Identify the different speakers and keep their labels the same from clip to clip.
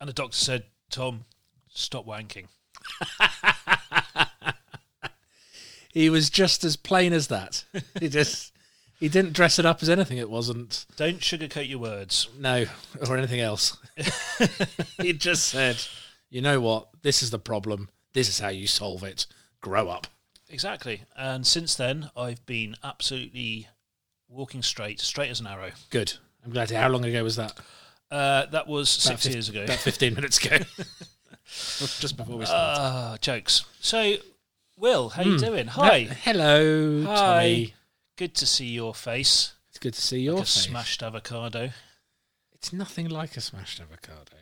Speaker 1: And the doctor said, Tom, stop wanking.
Speaker 2: He was just as plain as that. He just he didn't dress it up as anything it wasn't.
Speaker 1: Don't sugarcoat your words.
Speaker 2: No, or anything else. he just said, "You know what? This is the problem. This is how you solve it. Grow up."
Speaker 1: Exactly. And since then, I've been absolutely walking straight, straight as an arrow.
Speaker 2: Good. I'm glad to. How long ago was that?
Speaker 1: Uh, that was
Speaker 2: About
Speaker 1: six
Speaker 2: fif-
Speaker 1: years ago.
Speaker 2: About 15 minutes ago. Uh, just before we started.
Speaker 1: Ah, jokes. So, Will, how
Speaker 2: Hmm.
Speaker 1: you doing? Hi.
Speaker 2: Hello,
Speaker 1: Hi.
Speaker 2: Tommy.
Speaker 1: Good to see your face.
Speaker 2: It's good to see your
Speaker 1: Like a
Speaker 2: face.
Speaker 1: smashed avocado.
Speaker 2: It's nothing like a smashed avocado.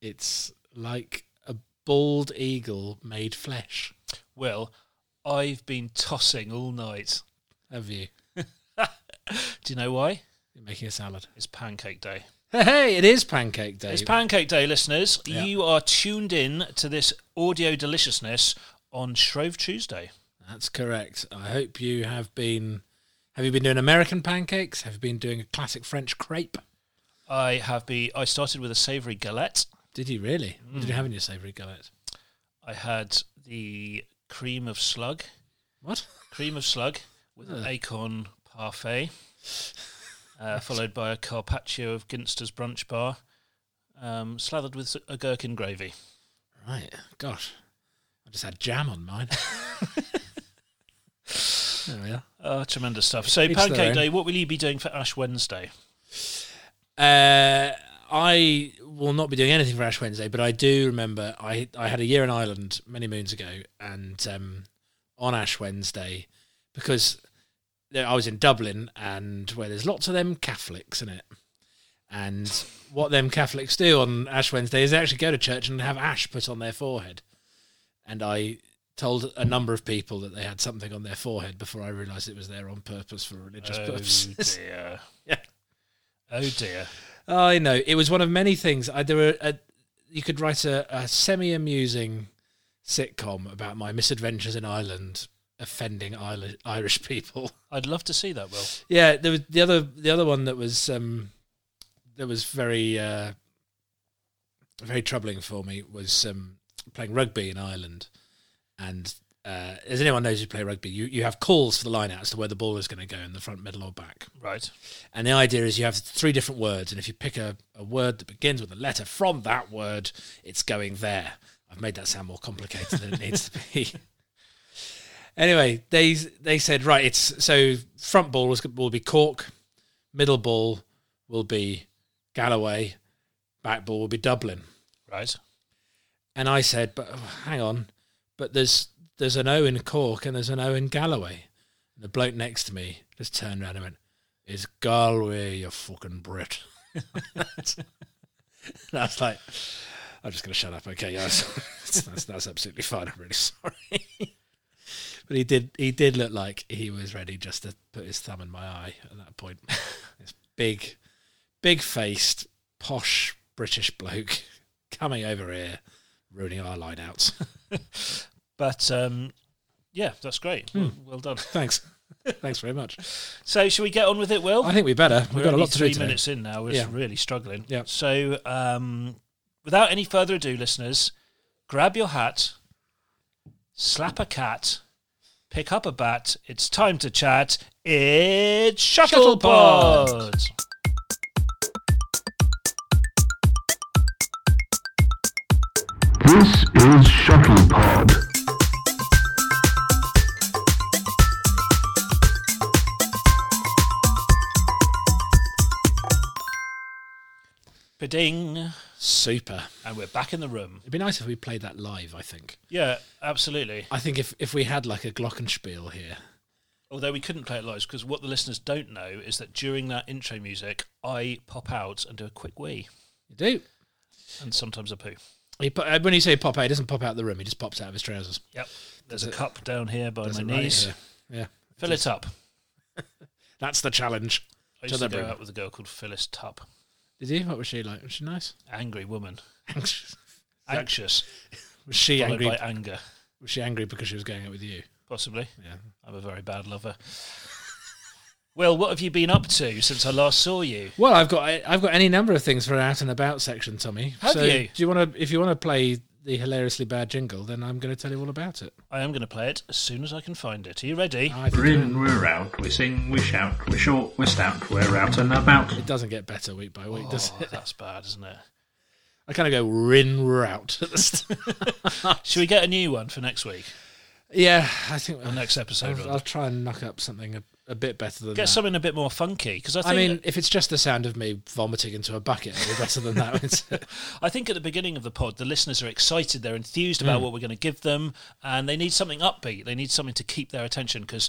Speaker 2: It's like a bald eagle made flesh.
Speaker 1: Will, I've been tossing all night.
Speaker 2: Have you?
Speaker 1: Do you know why?
Speaker 2: You're making a salad.
Speaker 1: It's pancake day.
Speaker 2: Hey, hey, it is pancake day.
Speaker 1: It's Pancake Day, listeners.
Speaker 2: Yeah.
Speaker 1: You are tuned in to this audio deliciousness on Shrove Tuesday.
Speaker 2: That's correct. I hope you have been. Have you been doing American pancakes? Have you been doing a classic French crepe?
Speaker 1: I have be I started with a savoury galette.
Speaker 2: Did you really? Did you have in your savoury gullet?
Speaker 1: I had the cream of slug,
Speaker 2: What?
Speaker 1: cream of slug with an acorn parfait, uh, followed by a carpaccio of Ginster's brunch bar, um, slathered with a gherkin gravy.
Speaker 2: Right. Gosh. I just had jam on mine. there we are.
Speaker 1: Ah, tremendous stuff. So,
Speaker 2: Each their
Speaker 1: Pancake
Speaker 2: own.
Speaker 1: Day, what will you be doing for Ash Wednesday?
Speaker 2: Uh, I will not be doing anything for Ash Wednesday, but I do remember I, I had a year in Ireland many moons ago, and um, on Ash Wednesday, because there, I was in Dublin, and where there's lots of them Catholics in it, and what them Catholics do on Ash Wednesday is they actually go to church and have ash put on their forehead, and I told a number of people that they had something on their forehead before I realised it was there on purpose for religious
Speaker 1: oh
Speaker 2: purposes.
Speaker 1: dear.
Speaker 2: Yeah.
Speaker 1: Oh dear.
Speaker 2: I know it was one of many things. I, there were a, you could write a, a semi-amusing sitcom about my misadventures in Ireland, offending Irish, Irish people.
Speaker 1: I'd love to see that, Will.
Speaker 2: Yeah, there was the other the other one that was um, that was very uh, very troubling for me was um, playing rugby in Ireland, and uh, as anyone knows who play rugby, you, you have calls for the line out as to where the ball is going to go in the front, middle, or back.
Speaker 1: Right.
Speaker 2: And the idea is you have three different words, and if you pick a, a word that begins with a letter from that word, it's going there. I've made that sound more complicated than it needs to be. Anyway, they they said right. It's so front ball was, will be Cork, middle ball will be Galloway, back ball will be Dublin.
Speaker 1: Right.
Speaker 2: And I said, but oh, hang on, but there's there's an O in Cork and there's an O in Galloway. And the bloke next to me just turned around and went, "It's Galway, you fucking Brit." and I was like, "I'm just going to shut up." Okay, guys, that's, that's absolutely fine. I'm really sorry. But he did he did look like he was ready just to put his thumb in my eye at that point. this big, big faced, posh British bloke coming over here ruining our line outs.
Speaker 1: But um, yeah, that's great.
Speaker 2: Hmm.
Speaker 1: Well, well done.
Speaker 2: Thanks. Thanks very much.
Speaker 1: So, shall we get on with it, Will?
Speaker 2: I think we better. We've got a
Speaker 1: only
Speaker 2: lot to do
Speaker 1: three
Speaker 2: today.
Speaker 1: minutes in now. We're
Speaker 2: Yeah.
Speaker 1: really struggling.
Speaker 2: Yeah.
Speaker 1: So, um, without any further ado, listeners, grab your hat, slap a cat, pick up a bat. It's time to chat. It's
Speaker 2: Shuttlepod.
Speaker 1: Shuttlepod.
Speaker 3: This is Shuttlepod.
Speaker 1: Pading,
Speaker 2: Super.
Speaker 1: and we're back in the room.
Speaker 2: It'd be nice if we played that live, I think.
Speaker 1: Yeah, absolutely.
Speaker 2: I think if, if we had like a Glockenspiel here.
Speaker 1: Although we couldn't play it live because what the listeners don't know is that during that intro music, I pop out and do a quick wee
Speaker 2: You do.
Speaker 1: and sometimes a poo.
Speaker 2: He, po- uh, when you say pop out, he doesn't pop out the room. He just pops out of his trousers.
Speaker 1: Yep. There's a cup down here by
Speaker 2: Does
Speaker 1: my
Speaker 2: it right
Speaker 1: knees.
Speaker 2: here. yeah.
Speaker 1: Fill it up.
Speaker 2: That's the challenge.
Speaker 1: I
Speaker 2: To
Speaker 1: used
Speaker 2: the
Speaker 1: to go
Speaker 2: brim.
Speaker 1: out with a girl called Phyllis Tupp.
Speaker 2: Did you? What was she like? Was she nice?
Speaker 1: Angry woman.
Speaker 2: Anxious.
Speaker 1: Anxious.
Speaker 2: Was she
Speaker 1: Followed
Speaker 2: angry?
Speaker 1: by anger,
Speaker 2: Was she angry because she was going out with you?
Speaker 1: possibly.
Speaker 2: Yeah.
Speaker 1: I'm a very bad lover. Will, what have you been up to since I last saw you?
Speaker 2: Well, I've got I've got any number of things for an out and about section, Tommy.
Speaker 1: Have
Speaker 2: so
Speaker 1: you?
Speaker 2: Do you want to? If you want to play the hilariously bad jingle, then I'm going to tell you all about it.
Speaker 1: I am going to play it as soon as I can find it. Are you ready?
Speaker 2: I think
Speaker 4: We're in, we're out, we sing, we shout, we're short, we're stout, we're out and about.
Speaker 2: it doesn't get better week by week, does
Speaker 1: Oh,
Speaker 2: it?
Speaker 1: that's bad, isn't it?
Speaker 2: I kind of go rin route at the st-
Speaker 1: Should we get a new one for next week?
Speaker 2: Yeah, I think
Speaker 1: Or next episode?
Speaker 2: I'll,
Speaker 1: rather?
Speaker 2: I'll try and knock up something a, a bit better than
Speaker 1: get
Speaker 2: that.
Speaker 1: something a bit more funky because I
Speaker 2: I
Speaker 1: think
Speaker 2: mean, if it's just the sound of me vomiting into a bucket, it'll be better than that. wouldn't it?
Speaker 1: I think at the beginning of the pod, the listeners are excited. They're enthused
Speaker 2: Hmm.
Speaker 1: about what we're going to give them, and they need something upbeat. They need something to keep their attention because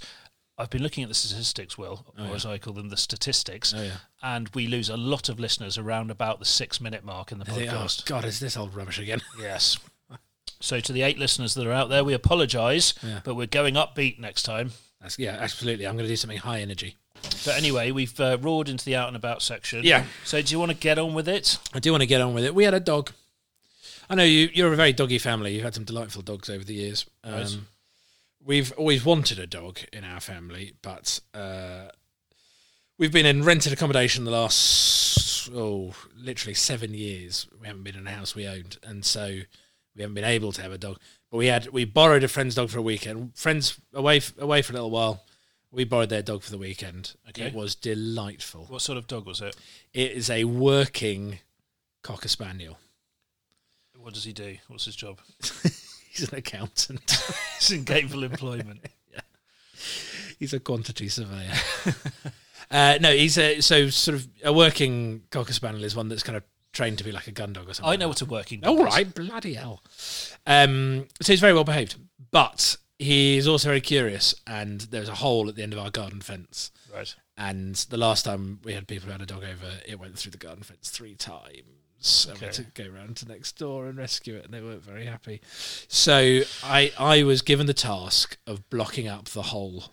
Speaker 1: I've been looking at the statistics, Will, or as I call them, the statistics.
Speaker 2: Oh, yeah.
Speaker 1: And we lose a lot of listeners around about the six minute mark in the
Speaker 2: I think, oh
Speaker 1: podcast.
Speaker 2: God, is this old rubbish again?
Speaker 1: yes. So to the eight listeners that are out there, we apologise, but we're going upbeat next time.
Speaker 2: That's, yeah, absolutely. I'm going to do something high energy.
Speaker 1: But anyway, we've uh, roared into the out and about section.
Speaker 2: Yeah.
Speaker 1: So do you want to get on with it?
Speaker 2: I do want to get on with it. We had a dog. I know you. You're a very doggy family. You've had some delightful dogs over the years. Um,
Speaker 1: Right.
Speaker 2: We've always wanted a dog in our family, but uh, we've been in rented accommodation the last oh, literally seven years. We haven't been in a house we owned, and so we haven't been able to have a dog. But we had we borrowed a friend's dog for a weekend. Friends away f- away for a little while. We borrowed their dog for the weekend.
Speaker 1: Okay.
Speaker 2: It was delightful.
Speaker 1: What sort of dog was it?
Speaker 2: It is a working cocker spaniel.
Speaker 1: What does he do? What's his job?
Speaker 2: He's an accountant.
Speaker 1: He's in gainful employment.
Speaker 2: he's a quantity surveyor. uh, no, he's a so sort of a working cocker spaniel is one that's kind of trained to be like a gun dog or something.
Speaker 1: I know what a working dog
Speaker 2: All
Speaker 1: is.
Speaker 2: right, bloody hell. Um, so he's very well behaved, but he's also very curious. And there's a hole at the end of our garden fence.
Speaker 1: Right.
Speaker 2: And the last time we had people who had a dog over, it went through the garden fence three times. And we had
Speaker 1: Okay.
Speaker 2: to go round to next door and rescue it, and they weren't very happy. So I, I was given the task of blocking up the hole.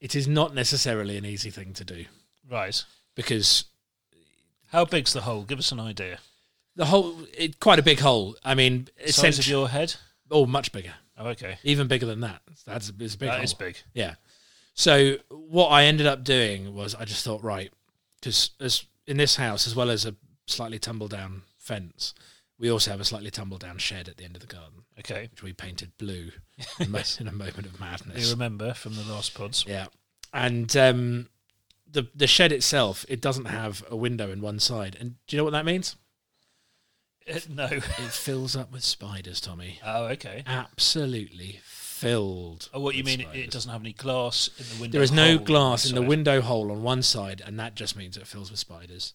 Speaker 2: It is not necessarily an easy thing to do
Speaker 1: Right.
Speaker 2: because
Speaker 1: How big's the hole? Give us an idea.
Speaker 2: the hole, it, quite a big hole. I mean,
Speaker 1: Size of
Speaker 2: essentially,
Speaker 1: your head?
Speaker 2: oh, much bigger,
Speaker 1: Oh, okay.
Speaker 2: even bigger than that. That's it's a big.
Speaker 1: That
Speaker 2: hole.
Speaker 1: is big.
Speaker 2: Yeah. So what I ended up doing was I just thought, right, because as in this house, as well as a slightly tumble down fence, we also have a slightly tumble down shed at the end of the garden,
Speaker 1: Okay.
Speaker 2: which we painted blue in a mo- in a moment of
Speaker 1: You
Speaker 2: madness.
Speaker 1: remember from the last pods?
Speaker 2: Yeah. And um, the the shed itself, it doesn't have a window in one side. And do you know what that means?
Speaker 1: Uh, no.
Speaker 2: It fills up with spiders, Tommy.
Speaker 1: Oh, okay.
Speaker 2: Absolutely filled.
Speaker 1: Oh, what you
Speaker 2: with
Speaker 1: mean? it- It
Speaker 2: spiders.
Speaker 1: doesn't have any glass in the window.
Speaker 2: There is no
Speaker 1: hole
Speaker 2: glass in the
Speaker 1: inside.
Speaker 2: window hole on one side, and that just means it fills with spiders.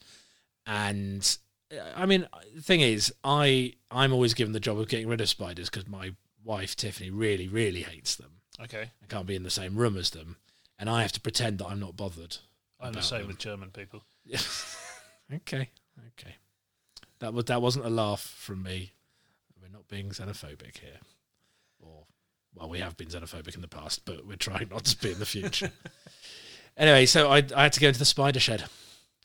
Speaker 2: And uh, I mean, the thing is, I I'm always given the job of getting rid of spiders because my wife Tiffany really really hates them.
Speaker 1: Okay.
Speaker 2: I can't be in the same room as them, and I have to pretend that I'm not bothered.
Speaker 1: I'm the
Speaker 2: about
Speaker 1: same
Speaker 2: them.
Speaker 1: with German people.
Speaker 2: Okay, okay, that was that wasn't a laugh from me. We're not being xenophobic here, or well, we have been xenophobic in the past, but we're trying not to be in the future. anyway, so I I had to go into the spider shed.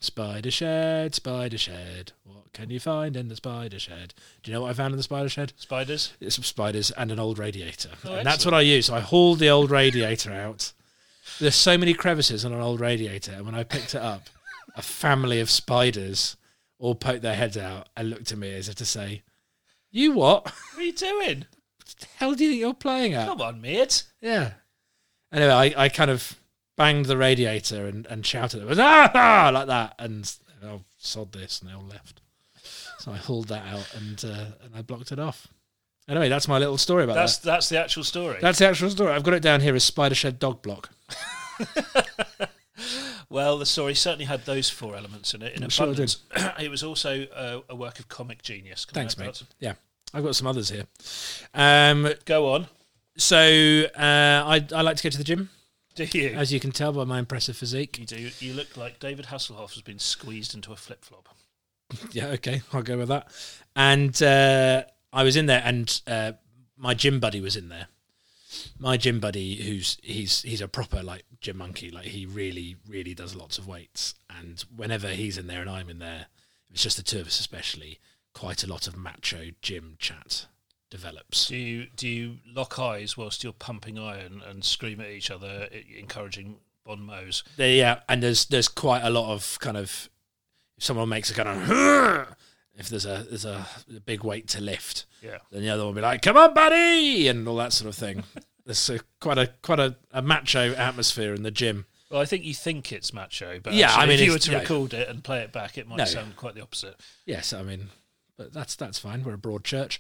Speaker 2: Spider shed, spider shed. What can you find in the spider shed? Do you know what I found in the spider shed?
Speaker 1: Spiders?
Speaker 2: some spiders and an old radiator.
Speaker 1: Oh,
Speaker 2: and that's what I use. I hauled the old radiator out. There's so many crevices on an old radiator, and when I picked it up, a family of spiders all poked their heads out and looked at me as if to say, "You what? what
Speaker 1: What are you doing?
Speaker 2: the hell do you think you're playing at?"
Speaker 1: Come on, mate.
Speaker 2: Yeah. Anyway, I, I kind of banged the radiator and, and shouted at them, ah, ah," like that, and oh, sod this, and they all left. So I hauled that out and uh, and I blocked it off. Anyway, that's my little story about that.
Speaker 1: That's that's the actual story.
Speaker 2: That's the actual story. I've got it down here as Spider Shed Dog Block.
Speaker 1: Well, the story certainly had those four elements in it in
Speaker 2: I'm sure it did.
Speaker 1: abundance. it was also uh, a work of comic genius. Can I
Speaker 2: Thanks,
Speaker 1: add
Speaker 2: mate.
Speaker 1: that?
Speaker 2: Yeah, I've got some others here. Um,
Speaker 1: Go on.
Speaker 2: so uh, I, I like to go to the gym,
Speaker 1: Do you?
Speaker 2: as you can tell by my impressive
Speaker 1: You
Speaker 2: physique.
Speaker 1: do. You look like David Hasselhoff has been squeezed into a flip flop.
Speaker 2: Yeah, okay, I'll go with that. And uh, I was in there, and uh, my gym buddy was in there. My gym buddy, who's he's he's a proper like gym monkey. Like he really really does lots of weights, and whenever he's in there and I'm in there, if it's just the two of us, especially. Quite a lot of macho gym chat develops.
Speaker 1: Do you do you lock eyes whilst you're pumping iron and scream at each other, i- e, encouraging Bon mots.
Speaker 2: There, yeah, and there's there's quite a lot of kind of if someone makes a kind of if there's a there's a, a big weight to lift,
Speaker 1: Yeah.
Speaker 2: then the other one will be like, "Come on, buddy," and all that sort of thing. there's a, quite a quite a, a macho atmosphere in the gym.
Speaker 1: Well, I think you think it's macho, but
Speaker 2: Yeah,
Speaker 1: actually,
Speaker 2: I mean,
Speaker 1: if you were
Speaker 2: it's-
Speaker 1: to
Speaker 2: yeah.
Speaker 1: record it and play it back, it might
Speaker 2: No.
Speaker 1: sound quite the opposite.
Speaker 2: Yes, I mean, but that's that's fine. We're a broad church,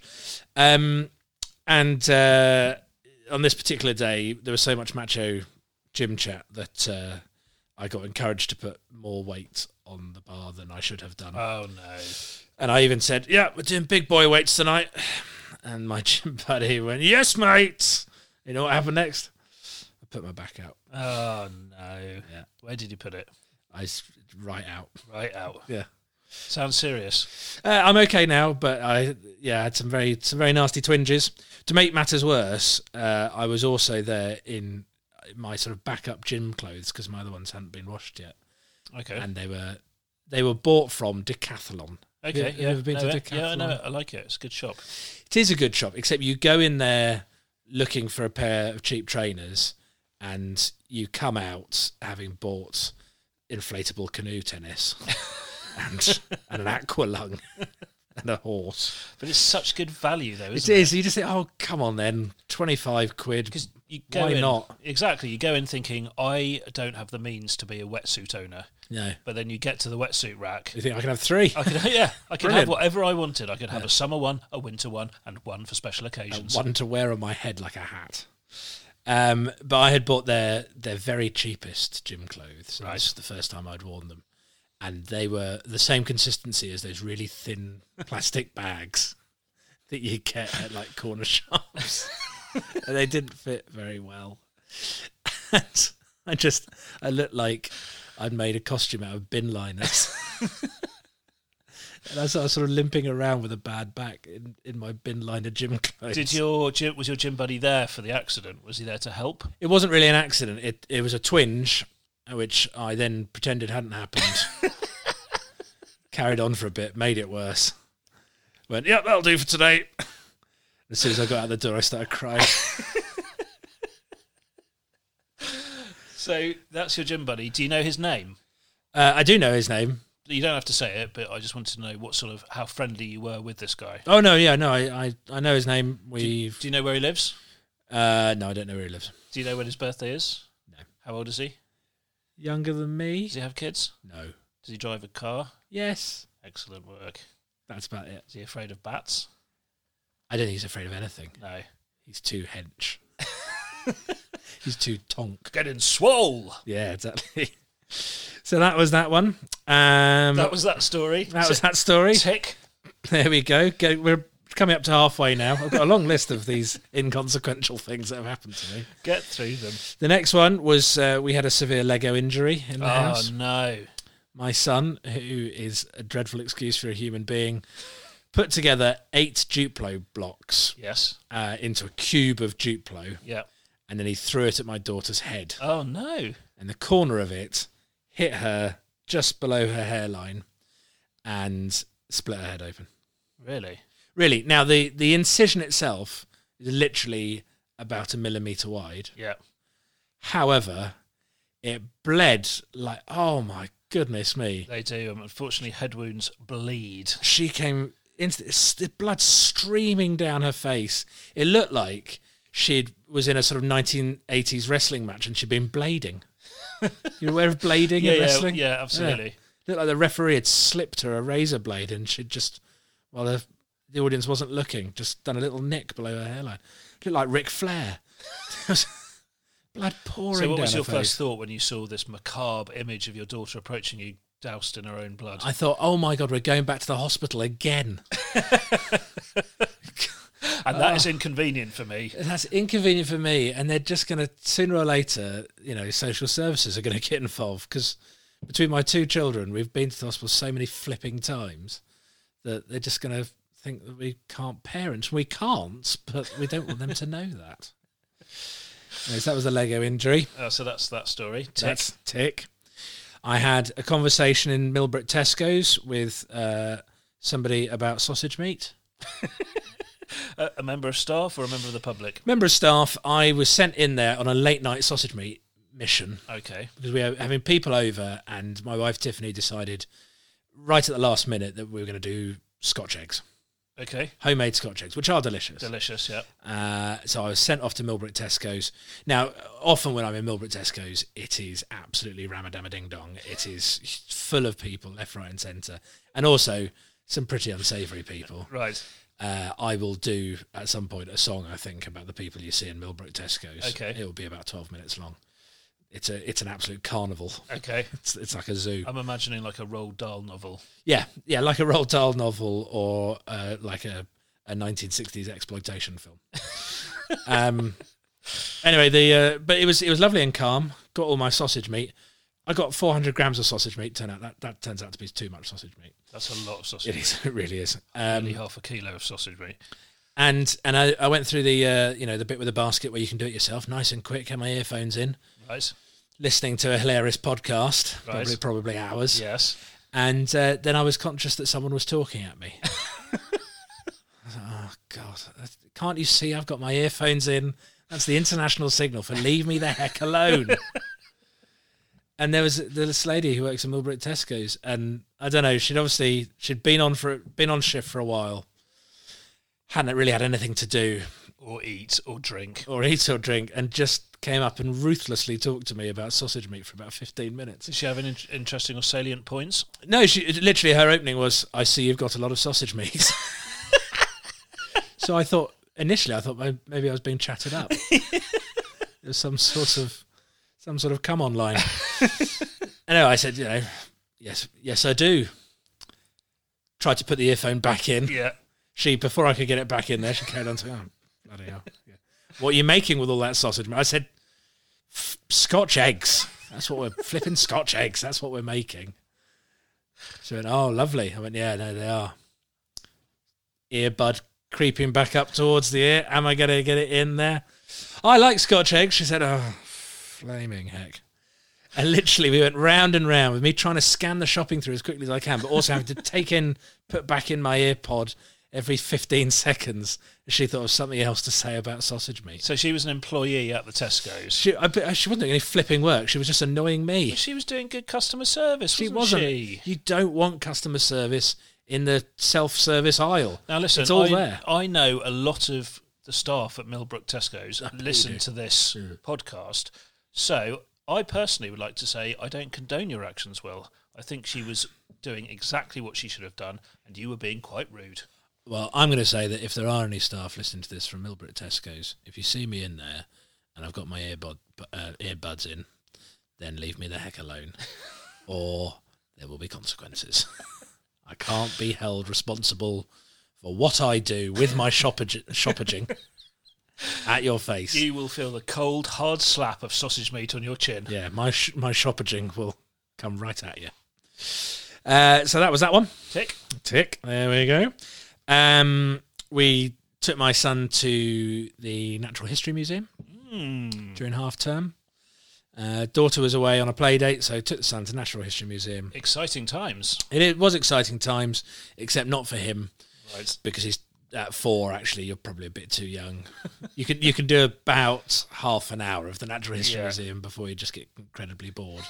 Speaker 2: um, and uh, on this particular day, there was so much macho gym chat that uh, I got encouraged to put more weight on the bar than I should have done.
Speaker 1: Oh no!
Speaker 2: And I even said, "Yeah, we're doing big boy weights tonight." And my gym buddy went, "Yes, mate." You know what happened next? I put my back out.
Speaker 1: Oh no!
Speaker 2: Yeah.
Speaker 1: Where did you put it?
Speaker 2: I s- right out.
Speaker 1: Right out.
Speaker 2: Yeah.
Speaker 1: Sounds serious.
Speaker 2: Uh, I'm okay now, but I yeah I had some very some very nasty twinges. To make matters worse, uh, I was also there in my sort of backup gym clothes because my other ones hadn't been washed yet,
Speaker 1: Okay.
Speaker 2: and they were they were bought from Decathlon.
Speaker 1: okay.
Speaker 2: you- you
Speaker 1: yeah.
Speaker 2: ever been
Speaker 1: No,
Speaker 2: to
Speaker 1: yeah, Yeah, I know.
Speaker 2: Decathlon?
Speaker 1: it. I like it. It's a good shop.
Speaker 2: It is a good shop, except you go in there looking for a pair of cheap trainers, and you come out having bought inflatable canoe tennis and, and an aqua lung and a horse.
Speaker 1: But it's such good value, though,
Speaker 2: It
Speaker 1: isn't it?
Speaker 2: is. You just think, oh, come on then, twenty-five quid.
Speaker 1: Because you go
Speaker 2: Why
Speaker 1: in,
Speaker 2: not?
Speaker 1: Exactly. You go in thinking, I don't have the means to be a wetsuit owner,
Speaker 2: No,
Speaker 1: but then you get to the wetsuit rack.
Speaker 2: you think I can have three
Speaker 1: I could, yeah, I could
Speaker 2: Brilliant.
Speaker 1: have whatever I wanted. I could have a summer one, a winter one, and one for special
Speaker 2: and
Speaker 1: occasions.
Speaker 2: one to wear on my head like a hat. Um, but I had bought their their very cheapest gym clothes.
Speaker 1: Right.
Speaker 2: This is the first time I'd worn them, and they were the same consistency as those really thin plastic bags that you get at like corner shops. and they didn't fit very well. And I just I looked like I'd made a costume out of bin liners. and I was sort of- sort of limping around with a bad back in, in my bin liner gym clothes.
Speaker 1: Did your gym, was your gym buddy there for the accident? Was he there to help?
Speaker 2: It wasn't really an accident. It it was a twinge, which I then pretended hadn't happened. Carried on for a bit, made it worse. Went, yep, that'll do for today. As soon as I got out the door, I started crying.
Speaker 1: So that's your gym buddy. Do you know his name?
Speaker 2: Uh, I do know his name.
Speaker 1: You don't have to say it, but I just wanted to know what sort of how friendly you were with this guy.
Speaker 2: Oh no, yeah, no, I I, I know his name. We've
Speaker 1: Do you know where he lives?
Speaker 2: uh, no, I don't know where he lives.
Speaker 1: Do you know when his birthday is?
Speaker 2: No.
Speaker 1: How old is he?
Speaker 2: Younger than me?
Speaker 1: Does he have kids?
Speaker 2: No.
Speaker 1: Does he drive a car?
Speaker 2: Yes,
Speaker 1: Excellent work.
Speaker 2: that's about it.
Speaker 1: Is he afraid of bats?
Speaker 2: I don't think he's afraid of anything.
Speaker 1: No.
Speaker 2: He's too hench. he's too tonk.
Speaker 1: Get in swole.
Speaker 2: Yeah, exactly. So that was that one. Um,
Speaker 1: That was that story.
Speaker 2: That was that story.
Speaker 1: tick.
Speaker 2: There we go. go. We're coming up to halfway now. I've got a long list of these inconsequential things that have happened to me.
Speaker 1: Get through them.
Speaker 2: The next one was uh, we had a severe Lego injury in the
Speaker 1: Oh
Speaker 2: house.
Speaker 1: no.
Speaker 2: My son, who is a dreadful excuse for a human being, put together eight Duplo blocks
Speaker 1: Yes.
Speaker 2: uh, into a cube of Duplo,
Speaker 1: Yeah.
Speaker 2: and then he threw it at my daughter's head.
Speaker 1: Oh no.
Speaker 2: and the corner of it hit her just below her hairline and split her head open.
Speaker 1: Really?
Speaker 2: Really, now the, the incision itself is literally about a millimeter wide.
Speaker 1: Yeah.
Speaker 2: However, it bled like, oh my goodness me.
Speaker 1: They do. Um, unfortunately, head wounds bleed.
Speaker 2: She came into the blood streaming down her face. It looked like she was in a sort of 1980s wrestling match and she'd been blading. You're aware of blading
Speaker 1: Yeah.
Speaker 2: in
Speaker 1: Yeah.
Speaker 2: wrestling?
Speaker 1: yeah absolutely.
Speaker 2: looked like the referee had slipped her a razor blade and she'd just, while the, the audience wasn't looking, just done a little nick below her hairline. Looked like Ric Flair. Blood pouring
Speaker 1: So, what
Speaker 2: down
Speaker 1: was
Speaker 2: her
Speaker 1: your
Speaker 2: face.
Speaker 1: first thought when you saw this macabre image of your daughter approaching you, doused in her own blood?
Speaker 2: I thought, oh my God, we're going back to the hospital again.
Speaker 1: and
Speaker 2: Ah.
Speaker 1: that is inconvenient for me.
Speaker 2: That's inconvenient for me. And they're just going to, sooner or later, you know, social services are going to get involved because between my two children, we've been to the hospital so many flipping times that they're just going to think that we can't parent. We can't, but we don't want them to know that. Anyways, that was the Lego injury.
Speaker 1: Uh, so that's that story. Tick.
Speaker 2: That's tick. I had a conversation in Millbrook Tesco's with uh, somebody about sausage meat.
Speaker 1: a, a member of staff or a member of the public?
Speaker 2: Member of staff, I was sent in there on a late night sausage meat mission
Speaker 1: Okay.
Speaker 2: because we were having people over, and my wife Tiffany decided right at the last minute that we were going to do Scotch eggs,
Speaker 1: Okay.
Speaker 2: homemade Scotch eggs, which are delicious.
Speaker 1: Delicious. Yeah.
Speaker 2: Uh, so I was sent off to Millbrook Tesco's. Now, often when I'm in Millbrook Tesco's, it is absolutely ramadama ding dong. It is full of people, left, right, and centre, and also some pretty unsavoury people.
Speaker 1: Right.
Speaker 2: Uh, I will do at some point a song, I think, about the people you see in Millbrook Tesco's.
Speaker 1: Okay.
Speaker 2: it will be about twelve minutes long. It's a it's an absolute carnival.
Speaker 1: Okay.
Speaker 2: It's, it's like a zoo.
Speaker 1: I'm imagining like a Roald Dahl novel.
Speaker 2: Yeah, yeah, like a Roald Dahl novel or uh, like a, a 1960s exploitation film. um, anyway, the uh, but it was it was lovely and calm. Got all my sausage meat. I got 400 grams of sausage meat. Turn out that that turns out to be too much sausage meat.
Speaker 1: That's a lot of sausage.
Speaker 2: It
Speaker 1: meat.
Speaker 2: is. It really is.
Speaker 1: Nearly
Speaker 2: Um,
Speaker 1: half a kilo of sausage meat.
Speaker 2: and and I, I went through the uh, you know the bit with the basket where you can do it yourself, nice and quick. Had my earphones in,
Speaker 1: Right.
Speaker 2: listening to a hilarious podcast,
Speaker 1: Right.
Speaker 2: probably probably hours.
Speaker 1: Yes.
Speaker 2: And uh, then I was conscious that someone was talking at me. I was like, oh, God. That's- Can't you see I've got my earphones in? That's the international signal for leave me the heck alone. and there was this lady who works in Millbrook Tesco's. And I don't know, she'd obviously, she'd been on for been on shift for a while. Hadn't really had anything to do
Speaker 1: Or eat or drink.
Speaker 2: or eat or drink and just came up and ruthlessly talked to me about sausage meat for about 15 minutes.
Speaker 1: Does she have any in- interesting or salient points?
Speaker 2: No, she literally her opening was, "I see you've got a lot of sausage meat." so I thought initially, I thought may- maybe I was being chatted up. it was some sort of some sort of come on line. anyway, I said, you know, yes, yes, I do. Tried to put the earphone back in.
Speaker 1: Yeah.
Speaker 2: She, before I could get it back in there, she carried on saying, "Oh, bloody hell! Yeah. What are you making with all that sausage?" meat?" I said, "F- "Scotch eggs. That's what we're flipping Scotch eggs. That's what we're making." She went, "Oh, lovely." I went, "Yeah, no, they are." Earbud creeping back up towards the ear. Am I gonna get it in there? I like Scotch eggs. She said, "Oh, flaming heck." And literally, we went round and round with me trying to scan the shopping through as quickly as I can, but also having to take in, put back in my ear pod every 15 seconds. She thought of something else to say about sausage meat.
Speaker 1: So she was an employee at the Tesco's.
Speaker 2: She, I, bet- she wasn't doing any flipping work. She was just annoying me.
Speaker 1: She was doing good customer service.
Speaker 2: She
Speaker 1: wasn't
Speaker 2: wasn't.
Speaker 1: She?
Speaker 2: You don't want customer service in the self-service aisle.
Speaker 1: Now listen,
Speaker 2: it's all
Speaker 1: I,
Speaker 2: there.
Speaker 1: I know a lot of the staff at Millbrook Tesco's listen to this podcast. So I personally would like to say I don't condone your actions, Will. I think she was doing exactly what she should have done, and you were being quite rude.
Speaker 2: Well, I'm going to say that if there are any staff listening to this from Millbrook Tesco's, if you see me in there and I've got my earbud, uh, earbuds in, then leave me the heck alone, or there will be consequences. I can't be held responsible for what I do with my shoppage- shoppaging at your face.
Speaker 1: You will feel the cold, hard slap of sausage meat on your chin.
Speaker 2: yeah, my sh- my shoppaging will come right at you. Uh, so that was that one.
Speaker 1: Tick.
Speaker 2: Tick. There we go. Um, we took my son to the Natural History Museum during half term. Uh, daughter was away on a play date, so took the son to Natural History Museum.
Speaker 1: Exciting times.
Speaker 2: It, it was exciting times, except not for him
Speaker 1: Right.
Speaker 2: because he's at four. Actually, you're probably a bit too young. you can you can do about half an hour of the Natural History
Speaker 1: Yeah.
Speaker 2: Museum before you just get incredibly bored.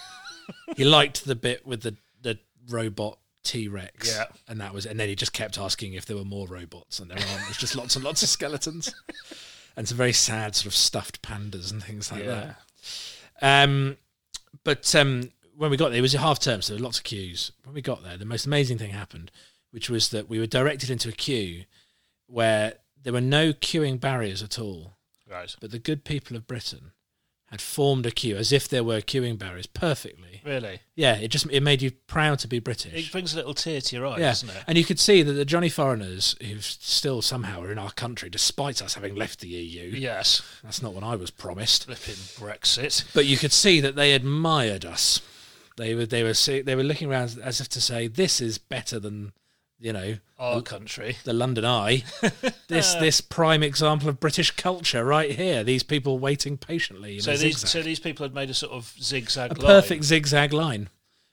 Speaker 2: he liked the bit with the the robot T Rex,
Speaker 1: Yeah.
Speaker 2: and that was, and then he just kept asking if there were more robots, and there aren't. There's just lots and lots of skeletons, and some very sad sort of stuffed pandas and things like
Speaker 1: Yeah.
Speaker 2: that. Um, but um, when we got there, it was a half term, so there were lots of queues. When we got there, the most amazing thing happened, which was that we were directed into a queue where there were no queuing barriers at all.
Speaker 1: Right.
Speaker 2: But the good people of Britain had formed a queue as if there were queuing barriers perfectly.
Speaker 1: Really.
Speaker 2: Yeah, it just it made you proud to be British.
Speaker 1: It brings a little tear to your eye,
Speaker 2: yeah,
Speaker 1: doesn't it?
Speaker 2: and you could see that the Johnny foreigners who still somehow are in our country, despite us having left the EU.
Speaker 1: Yes.
Speaker 2: That's not what I was promised.
Speaker 1: Flipping Brexit.
Speaker 2: But you could see that they admired us. They were they were see, they were looking around as if to say, "This is better than you know
Speaker 1: Our country.
Speaker 2: the London Eye. this this prime example of British culture right here. These people waiting patiently. In
Speaker 1: So
Speaker 2: a
Speaker 1: these,
Speaker 2: zigzag.
Speaker 1: so these people had made a sort of zigzag
Speaker 2: a
Speaker 1: line.
Speaker 2: perfect zigzag line.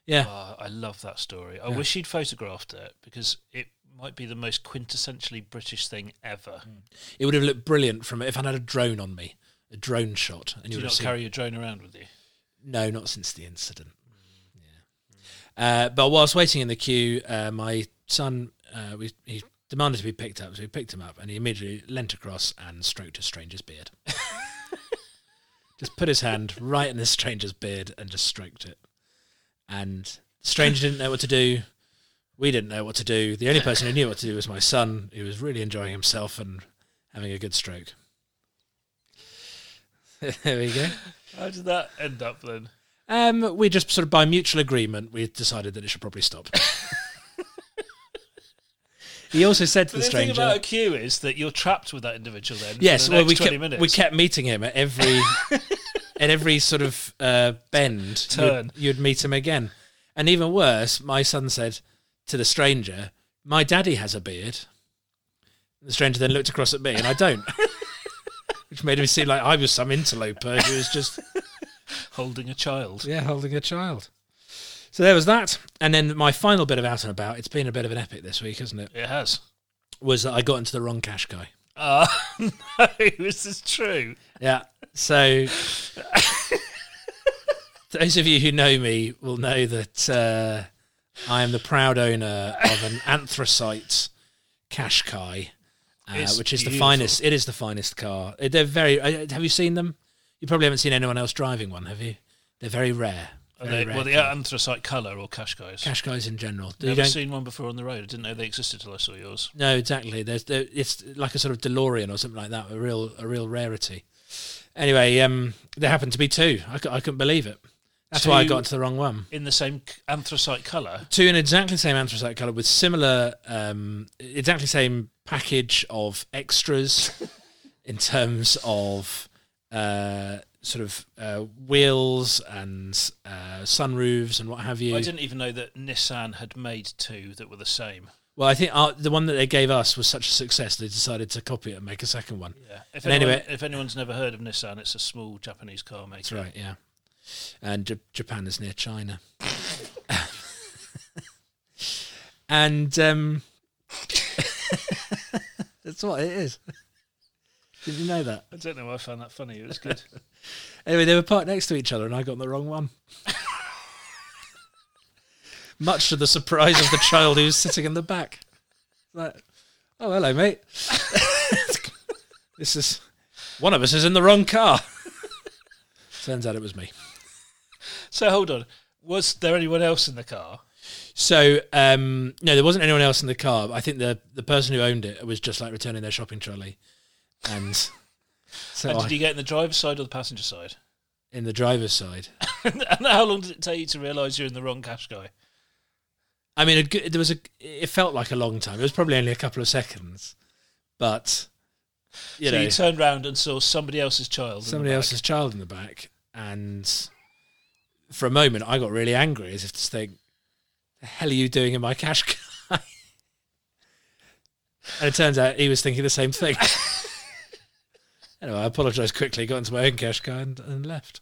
Speaker 2: Yeah,
Speaker 1: Ah, I love that story. I wish he'd photographed it because it might be the most quintessentially British thing ever.
Speaker 2: Mm. it would have looked brilliant from if I had a drone on me, a drone shot, and
Speaker 1: Do
Speaker 2: you
Speaker 1: you
Speaker 2: would
Speaker 1: not
Speaker 2: have seen.
Speaker 1: carry your drone around with you?
Speaker 2: No, not since the incident. Yeah. Uh, but whilst waiting in the queue, uh, my son uh, we, he demanded to be picked up, so we picked him up, and he immediately leant across and stroked a stranger's beard. just put his hand right in the stranger's beard and just stroked it. And the stranger didn't know what to do. We didn't know what to do. The only person who knew what to do was my son, who was really enjoying himself and having a good stroke. there we go.
Speaker 1: How did that end up then?
Speaker 2: Um, we just sort of by mutual agreement, we decided that it should probably stop. he also said to
Speaker 1: The,
Speaker 2: the,
Speaker 1: thing
Speaker 2: stranger,
Speaker 1: about a queue is that you're trapped with that individual then.
Speaker 2: "Yes,
Speaker 1: for the
Speaker 2: well,
Speaker 1: next
Speaker 2: we
Speaker 1: 20
Speaker 2: kept
Speaker 1: minutes.
Speaker 2: we kept meeting him at every at every sort of uh, bend
Speaker 1: Turn.
Speaker 2: You'd, you'd meet him again, and even worse, my son said to the stranger, "My daddy has a beard." The stranger then looked across at me, and I don't. Which made him seem like I was some interloper who was just
Speaker 1: holding a child.
Speaker 2: Yeah, holding a child. So there was that. And then my final bit of out and about, it's been a bit of an epic this week, hasn't it?
Speaker 1: It has.
Speaker 2: Was that I got into the wrong cash guy.
Speaker 1: Uh, no, this is true.
Speaker 2: Yeah. So those of you who know me will know that uh, I am the proud owner of an anthracite Qashqai, uh,
Speaker 1: It's
Speaker 2: which is the
Speaker 1: beautiful.
Speaker 2: finest. It is the finest car. Uh, They're very. uh, Have you seen them? You probably haven't seen anyone else driving one, have you? They're very rare.
Speaker 1: Are
Speaker 2: Very
Speaker 1: they-
Speaker 2: rare
Speaker 1: well, the
Speaker 2: cars.
Speaker 1: anthracite colour or cash guys.
Speaker 2: cash guys in general. You
Speaker 1: Never
Speaker 2: don't-
Speaker 1: seen one before on the road. I didn't know they existed till I saw yours.
Speaker 2: No, exactly. There's there, it's like a sort of DeLorean or something like that. A real a real rarity. Anyway, um, there happened to be two. I, cou- I couldn't believe it. That's why I
Speaker 1: Two-
Speaker 2: got into the wrong one.
Speaker 1: In the same c- anthracite colour.
Speaker 2: Two in exactly the same anthracite color with similar, um, exactly same package of extras in terms of uh, sort of uh, wheels and uh, sunroofs and what have you.
Speaker 1: I didn't even know that Nissan had made two that were the same.
Speaker 2: well, I think our, the one that they gave us was such a success they decided to copy it and make a second one.
Speaker 1: Yeah. If,
Speaker 2: And
Speaker 1: anyone,
Speaker 2: anyway-
Speaker 1: if anyone's never heard of Nissan, it's a small Japanese car maker.
Speaker 2: That's right, yeah. And J- Japan is near China. and um, that's what it is. Did you know that?
Speaker 1: I don't know why I found that funny. It was good.
Speaker 2: Anyway, they were parked next to each other, and I got the wrong one. Much to the surprise of the child who was sitting in the back. Like, oh, hello, mate. this is one of us is in the wrong car. Turns out it was me.
Speaker 1: so hold on. Was there anyone else in the car?
Speaker 2: So um, no, there wasn't anyone else in the car. I think the the person who owned it was just like returning their shopping trolley, and so
Speaker 1: And
Speaker 2: Oh, I-
Speaker 1: did you get in the driver's side or the passenger side?
Speaker 2: in the driver's side.
Speaker 1: and how long did it take you to realise you're in the wrong cash guy?
Speaker 2: I mean, a good, there was a. It felt like a long time. It was probably only a couple of seconds, but you
Speaker 1: so
Speaker 2: know,
Speaker 1: you turned round and saw somebody else's child. in the
Speaker 2: somebody
Speaker 1: back.
Speaker 2: else's child in the back, and for a moment I got really angry, as if to think, "The hell are you doing in my cash guy?" and it turns out he was thinking the same thing. anyway, I apologised quickly, got into my own cash guy, and, and left.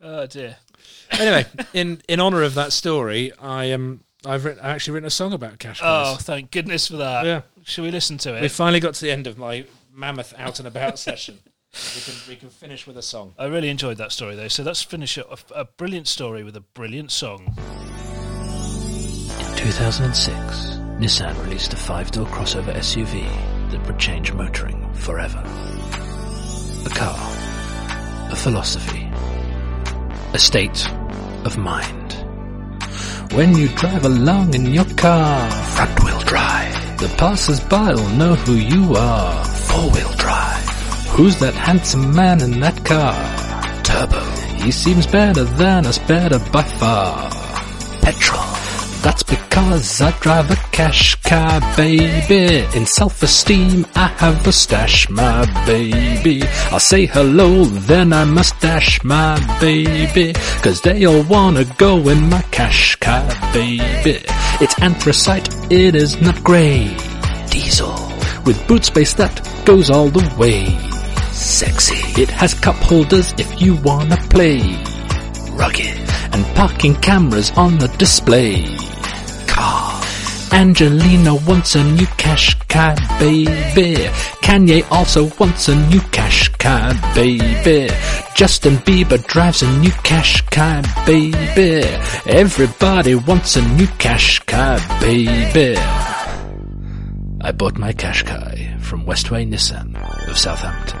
Speaker 1: Oh dear.
Speaker 2: Anyway, in in honour of that story, I Um, I've written, I actually written a song about cash
Speaker 1: Oh,
Speaker 2: guys.
Speaker 1: thank goodness for that.
Speaker 2: yeah.
Speaker 1: Shall we listen to it?
Speaker 2: We finally got to the end of my mammoth out and about session. We can, we can finish with a song.
Speaker 1: I really enjoyed that story though. So let's finish up a, a brilliant story with a brilliant song.
Speaker 5: 2006, Nissan released a five-door crossover SUV that would change motoring forever. A car, a philosophy, a state of mind. When you drive along in your car, front-wheel drive, the passers-by will know who you are. Four-wheel drive, who's that handsome man in that car? Turbo, he seems better than us, better by far petrol. That's because I drive a cash car, baby. In self-esteem, I have a stash, my baby. I'll say hello, then I must dash, my baby. Cause they all wanna go in my cash car, baby. It's anthracite, it is not grey. Diesel, with boot space that goes all the way. Sexy. It has cup holders if you wanna play rugged and parking cameras on the display. Car Angelina wants a new cash car, baby. Kanye also wants a new cash car, baby. Justin Bieber drives a new cash car, baby. Everybody wants a new cash car, baby. I bought my Qashqai from Westway Nissan of Southampton,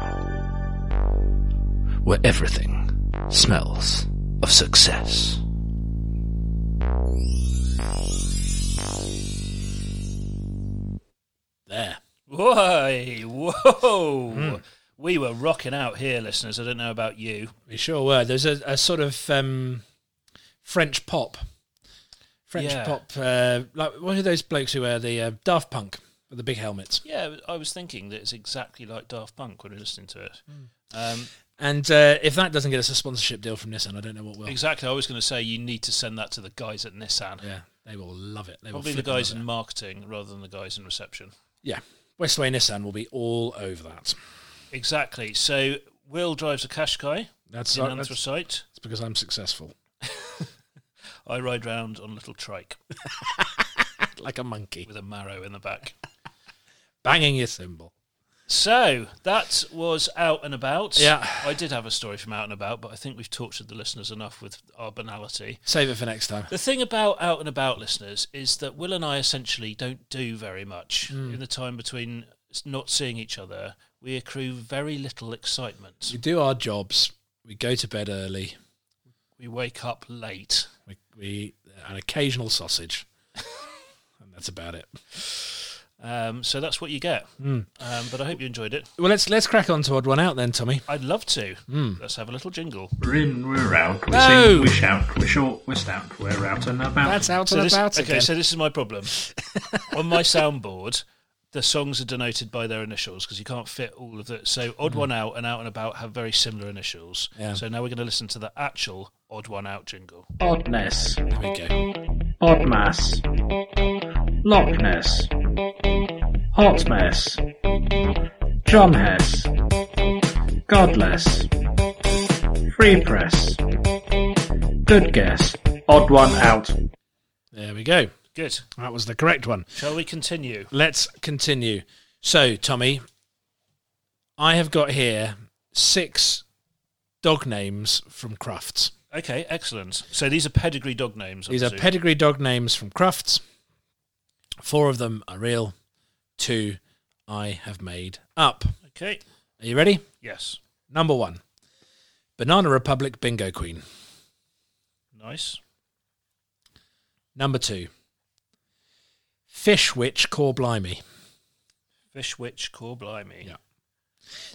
Speaker 5: where everything smells of success.
Speaker 2: There.
Speaker 1: Whoa, whoa.
Speaker 2: Hmm.
Speaker 1: We were rocking out here, listeners. I don't know about you.
Speaker 2: We sure were. There's a, a sort of um, French pop. French
Speaker 1: Yeah.
Speaker 2: pop. Uh, like one of those blokes who wear the uh, Daft Punk with the big helmets.
Speaker 1: Yeah, I was thinking that it's exactly like Daft Punk when I was listening to it.
Speaker 2: Hmm.
Speaker 1: Um,
Speaker 2: And uh, if that doesn't get us a sponsorship deal from Nissan, I don't know what will.
Speaker 1: exactly. I was going to say you need to send that to the guys at Nissan.
Speaker 2: Yeah, they will love it. They will
Speaker 1: Probably the
Speaker 2: flipping love
Speaker 1: guys
Speaker 2: it.
Speaker 1: in marketing rather than the guys in reception.
Speaker 2: Yeah. Westway Nissan will be all over that.
Speaker 1: Exactly. So Will drives a Qashqai
Speaker 2: That's, uh,
Speaker 1: in
Speaker 2: that's,
Speaker 1: anthracite.
Speaker 2: that's because I'm successful,
Speaker 1: I ride round on a little trike
Speaker 2: like a monkey,
Speaker 1: with a marrow in the back.
Speaker 2: banging your cymbal.
Speaker 1: So that was out and about.
Speaker 2: Yeah.
Speaker 1: I did have a story from out and about, but I think we've tortured the listeners enough with our banality.
Speaker 2: Save it for next time.
Speaker 1: The thing about out and about listeners is that Will and I essentially don't do very much in the time between s- not seeing each other. We accrue very little excitement.
Speaker 2: We do our jobs. We go to bed early.
Speaker 1: We wake up late.
Speaker 2: We, we an occasional sausage, and that's about it.
Speaker 1: Um, so that's what you get. Um, but I hope you enjoyed it.
Speaker 2: Well, let's let's crack on to odd one out then, Tommy.
Speaker 1: I'd love to. Let's have a little jingle.
Speaker 4: We're in, we're out, we
Speaker 2: No.
Speaker 4: sing, we shout, we're short, we're stout, we're out and about.
Speaker 2: That's out and
Speaker 1: this,
Speaker 2: about
Speaker 1: okay,
Speaker 2: again.
Speaker 1: so this is my problem. On my soundboard, the songs are denoted by their initials because you can't fit all of the. So Odd One Out and Out and About have very similar initials.
Speaker 2: Mm-hmm. Yeah.
Speaker 1: So now we're going to listen to the actual Odd One Out jingle.
Speaker 4: Oddness,
Speaker 2: There we go.
Speaker 4: Oddmass, Loch Ness, Hot Mess, John Hess, Godless, Free Press, Good Guess, Odd One Out.
Speaker 2: There we go.
Speaker 1: Good.
Speaker 2: That was the correct one.
Speaker 1: Shall we continue?
Speaker 2: Let's continue. So, Tommy, I have got here six dog names from Crufts.
Speaker 1: Okay, excellent. So these are pedigree dog names. I
Speaker 2: These are
Speaker 1: presume.
Speaker 2: pedigree dog names from Crufts. Four of them are real. Two I have made up.
Speaker 1: Okay.
Speaker 2: Are you ready?
Speaker 1: Yes.
Speaker 2: Number one Banana Republic Bingo Queen.
Speaker 1: Nice.
Speaker 2: Number two Fish Witch Core Blimey.
Speaker 1: Fish Witch Core Blimey.
Speaker 2: Yeah.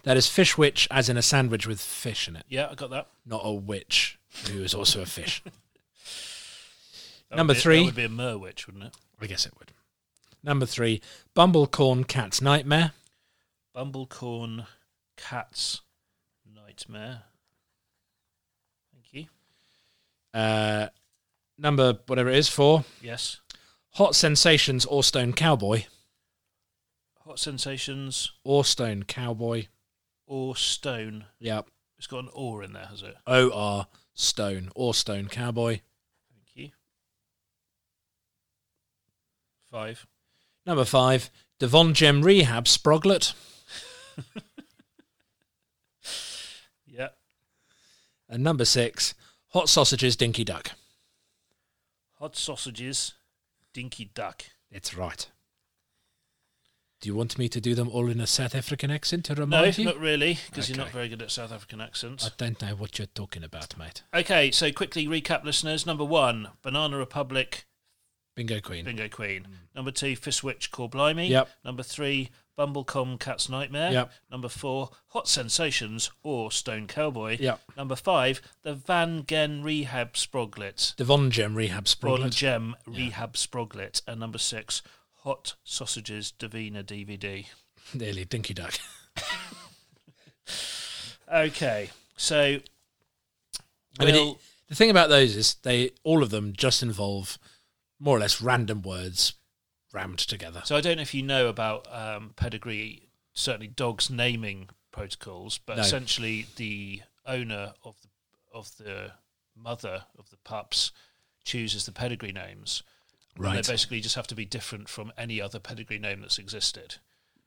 Speaker 2: That is Fish Witch as in a sandwich with fish in it,
Speaker 1: Yeah, I got that.
Speaker 2: not a witch who is also a fish.
Speaker 1: That
Speaker 2: Number
Speaker 1: would be-
Speaker 2: three.
Speaker 1: That would be a Merwitch, wouldn't it?
Speaker 2: I guess it would. Number three Bumblecorn Cat's Nightmare.
Speaker 1: Bumblecorn Cat's Nightmare. Thank you.
Speaker 2: Uh, number whatever it is, four
Speaker 1: Yes.
Speaker 2: Hot Sensations or Stone Cowboy.
Speaker 1: Hot Sensations
Speaker 2: Or Stone Cowboy.
Speaker 1: or Stone.
Speaker 2: Yep.
Speaker 1: It's got an or in there, has it?
Speaker 2: O R Stone or Stone Cowboy.
Speaker 1: Thank you. Five.
Speaker 2: Number five, Devon Gem Rehab Sproglet.
Speaker 1: Yeah.
Speaker 2: And number six, Hot Sausages Dinky Duck.
Speaker 1: Hot Sausages, Dinky Duck.
Speaker 2: It's right. Do you want me to do them all in a South African accent to
Speaker 1: No,
Speaker 2: remind you?
Speaker 1: not really, because you're not
Speaker 2: Okay.
Speaker 1: very good at South African accents.
Speaker 2: I don't know what you're talking about, mate.
Speaker 1: Okay, so quickly recap, listeners. Number one, Banana Republic,
Speaker 2: Bingo Queen.
Speaker 1: Bingo Queen. Number two, Fistwitch, Call Blimey.
Speaker 2: Hmm. Yep.
Speaker 1: Number three, Bumblecom, Cat's Nightmare.
Speaker 2: Yep.
Speaker 1: Number four, Hot Sensations or Stone Cowboy.
Speaker 2: Yep.
Speaker 1: Number five, the Van Gen Rehab Sproglet.
Speaker 2: Devon Gem Rehab
Speaker 1: Von
Speaker 2: Sproglet.
Speaker 1: Gem Rehab Sproglet. And number six, Hot Sausages Divina DVD.
Speaker 2: Nearly Dinky Duck.
Speaker 1: Okay, so.
Speaker 2: I mean,
Speaker 1: Will-
Speaker 2: it- the thing about those is they all of them just involve more or less random words rammed together.
Speaker 1: So I don't know if you know about um, pedigree, certainly dogs naming protocols, but
Speaker 2: No.
Speaker 1: essentially the owner of the of the mother of the pups chooses the pedigree names.
Speaker 2: Right.
Speaker 1: They basically just have to be different from any other pedigree name that's existed.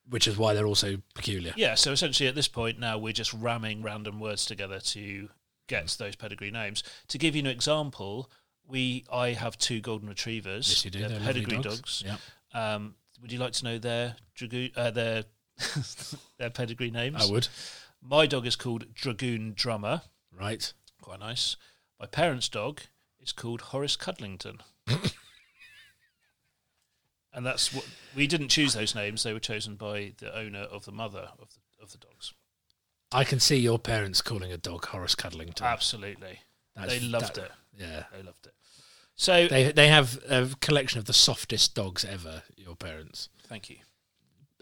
Speaker 2: Which is why they're also peculiar.
Speaker 1: Yeah, so essentially at this point now we're just ramming random words together to get
Speaker 2: Hmm.
Speaker 1: those pedigree names. To give you an example, we I have two golden retrievers.
Speaker 2: Yes, you do.
Speaker 1: They're,
Speaker 2: They're lovely
Speaker 1: pedigree
Speaker 2: dogs.
Speaker 1: dogs.
Speaker 2: Yeah.
Speaker 1: Um, would you like to know their dragoon uh, their their pedigree names?
Speaker 2: I would.
Speaker 1: My dog is called Dragoon Drummer.
Speaker 2: Right.
Speaker 1: Quite nice. My parents' dog is called Horace Cudlington. and that's what we didn't choose those names. They were chosen by the owner of the mother of the, of the dogs.
Speaker 2: I can see your parents calling a dog Horace Cuddlington.
Speaker 1: Ah. Absolutely.
Speaker 2: That's-
Speaker 1: they loved
Speaker 2: that-
Speaker 1: it.
Speaker 2: Yeah.
Speaker 1: They loved it. So
Speaker 2: They they have a collection of the softest dogs ever. Your parents.
Speaker 1: thank you.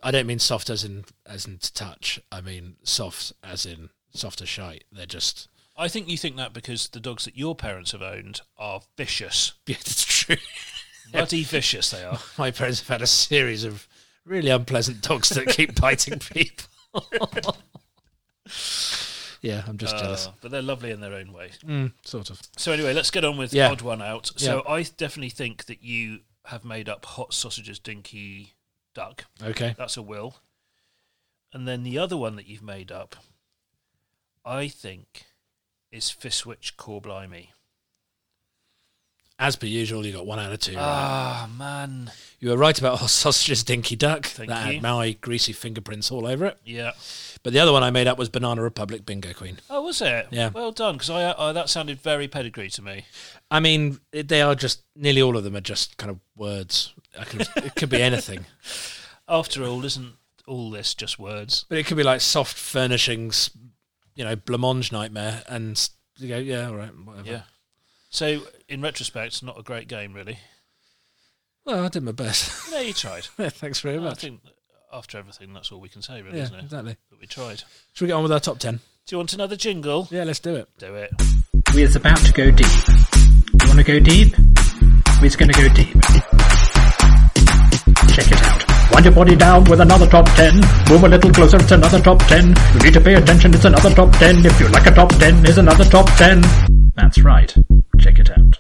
Speaker 2: I don't mean soft as in as in to touch. I mean soft as in soft as shite. They're just.
Speaker 1: I think you think that because the dogs that your parents have owned are vicious.
Speaker 2: Yeah, it's true.
Speaker 1: Bloody vicious they are.
Speaker 2: My parents have had a series of really unpleasant dogs that keep biting people. yeah, I'm just jealous.
Speaker 1: Uh, but they're lovely in their own way.
Speaker 2: Mm, sort of.
Speaker 1: So anyway, let's get on with
Speaker 2: Yeah.
Speaker 1: odd one out. So I definitely think that you have made up hot sausages, dinky duck.
Speaker 2: Okay.
Speaker 1: That's a will. And then the other one that you've made up, I think, is Fiswitch Corblimey.
Speaker 2: As per usual, you got one out of two. right?
Speaker 1: Ah man,
Speaker 2: You were right about hot sausages, Dinky Duck.
Speaker 1: Thank
Speaker 2: that
Speaker 1: you.
Speaker 2: had my greasy fingerprints all over it.
Speaker 1: yeah.
Speaker 2: But the other one I made up was Banana Republic Bingo Queen.
Speaker 1: Oh, was it?
Speaker 2: Yeah.
Speaker 1: Well done, because I, I that sounded very pedigree to me.
Speaker 2: I mean, it- they are just nearly all of them are just kind of words. I could, it could be anything,
Speaker 1: After all, isn't all this just words?
Speaker 2: but it could be like soft furnishings, you know, blancmange nightmare, and you go, yeah, all right, whatever.
Speaker 1: Yeah. So in retrospect, not a great game really.
Speaker 2: Well, I did my best.
Speaker 1: No, you tried.
Speaker 2: Yeah, Thanks very
Speaker 1: I
Speaker 2: much.
Speaker 1: think after everything, that's all we can say, really,
Speaker 2: yeah,
Speaker 1: isn't it?
Speaker 2: exactly.
Speaker 1: That we tried.
Speaker 2: Should we get on with our top ten?
Speaker 1: Do you want another jingle?
Speaker 2: Yeah, let's do it.
Speaker 1: Do it.
Speaker 4: We're about to go deep. You want to go deep? We're going to go deep. Check it out.
Speaker 6: Wind your body down with another top 10. Move a little closer, it's another top 10. You need to pay attention, it's another top 10. If you like a top 10, here's another top 10.
Speaker 4: That's right. Check it out.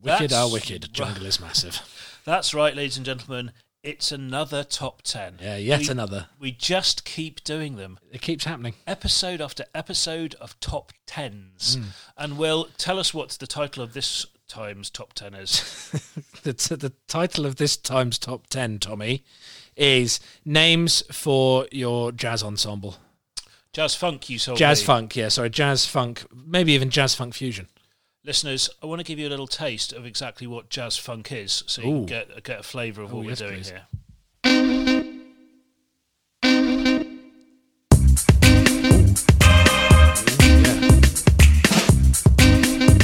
Speaker 2: Wicked
Speaker 1: That's
Speaker 2: are wicked.
Speaker 1: right.
Speaker 2: Jungle is massive.
Speaker 1: That's right, ladies and gentlemen. It's another top 10.
Speaker 2: Yeah, yet
Speaker 1: We-
Speaker 2: another.
Speaker 1: We just keep doing them.
Speaker 2: It keeps happening.
Speaker 1: Episode after episode of top 10s.
Speaker 2: Hmm.
Speaker 1: And Will, tell us what the title of this time's top 10 is.
Speaker 2: the, t- the title of this time's top 10, Tommy, is Names for Your Jazz Ensemble.
Speaker 1: Jazz Funk, you sold
Speaker 2: Jazz
Speaker 1: me.
Speaker 2: funk, yeah, sorry, jazz funk, maybe even jazz funk fusion.
Speaker 1: Listeners, I want to give you a little taste of exactly what Jazz Funk is so you
Speaker 2: Ooh.
Speaker 1: can get, get a flavour of
Speaker 2: Oh,
Speaker 1: what
Speaker 2: yes,
Speaker 1: we're doing
Speaker 2: please.
Speaker 1: here.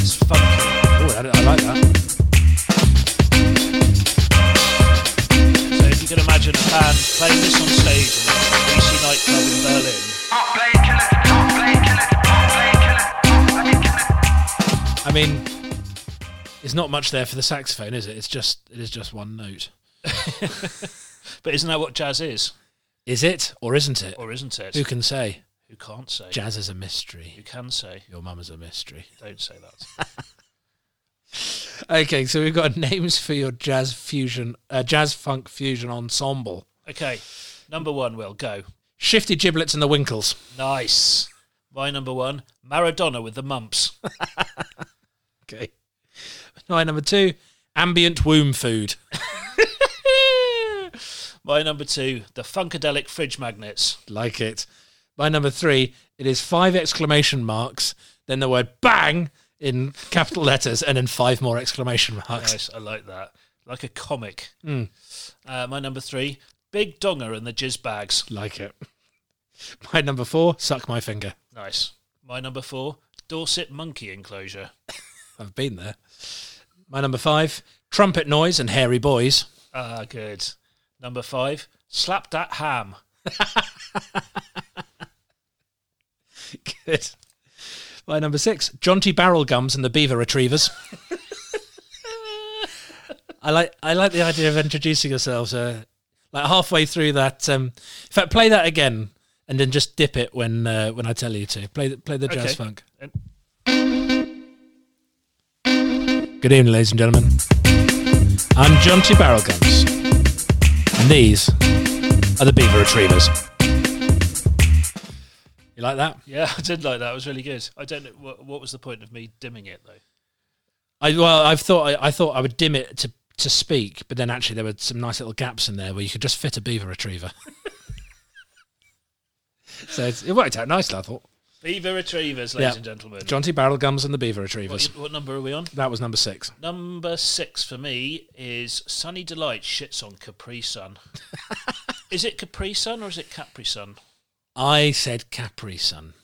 Speaker 1: It's funky.
Speaker 2: Oh, I, I like that.
Speaker 1: So if you can imagine a band playing this on stage in a greasy nightclub in Berlin,
Speaker 2: I mean, there's not much there for the saxophone, is it? It's just it is just one note.
Speaker 1: but isn't that what jazz is,
Speaker 2: Is it or isn't it?
Speaker 1: or isn't it?
Speaker 2: Who can say?
Speaker 1: Who can't say?
Speaker 2: Jazz is a
Speaker 1: Who
Speaker 2: mystery.
Speaker 1: can say?
Speaker 2: Your mum is a mystery.
Speaker 1: Don't say that.
Speaker 2: Okay, so we've got names for your jazz fusion, uh, jazz funk fusion ensemble.
Speaker 1: Okay, number one, Will go.
Speaker 2: Shifty Giblets and the Winkles.
Speaker 1: Nice. My number one, Maradona with the mumps.
Speaker 2: Okay. Right, number two, ambient womb food.
Speaker 1: My number two, the Funkadelic fridge magnets.
Speaker 2: Like it. My number three, it is five exclamation marks, then the word bang in capital letters, and then five more exclamation marks.
Speaker 1: Nice, I like that. Like a comic. Uh, my number three, Big Donger and the Jizz Bags.
Speaker 2: Like it. My number four, suck my finger.
Speaker 1: Nice. My number four, Dorset Monkey Enclosure.
Speaker 2: I've been there. My number five, trumpet noise and hairy boys.
Speaker 1: Ah, good. Number five, Slap That Ham.
Speaker 2: Good. My number six, Jaunty Barrel Gums and the Beaver Retrievers. I like I like the idea of introducing yourselves uh, like halfway through that. Um, in fact, play that again and then just dip it when uh, when I tell you to. Play the, play the jazz
Speaker 1: Okay.
Speaker 2: funk.
Speaker 1: And-
Speaker 2: Good evening, ladies and gentlemen. I'm John T. Barrelguns, and these are the Beaver Retrievers. You like that?
Speaker 1: Yeah, I did like that. It was really good. I don't know what, what was the point of me dimming it though.
Speaker 2: I well, I've thought I, I thought I would dim it to to speak, but then actually there were some nice little gaps in there where you could just fit a beaver retriever. so it's, it worked out nicely, I thought.
Speaker 1: Beaver Retrievers, ladies
Speaker 2: Yeah.
Speaker 1: and gentlemen.
Speaker 2: John T. Barrel Gums and the Beaver
Speaker 1: what,
Speaker 2: Retrievers.
Speaker 1: what number are we on?
Speaker 2: That was number six.
Speaker 1: Number six for me is Sunny Delight shits on Capri Sun. is it Capri Sun or is it Capri Sun?
Speaker 2: I said Capri Sun,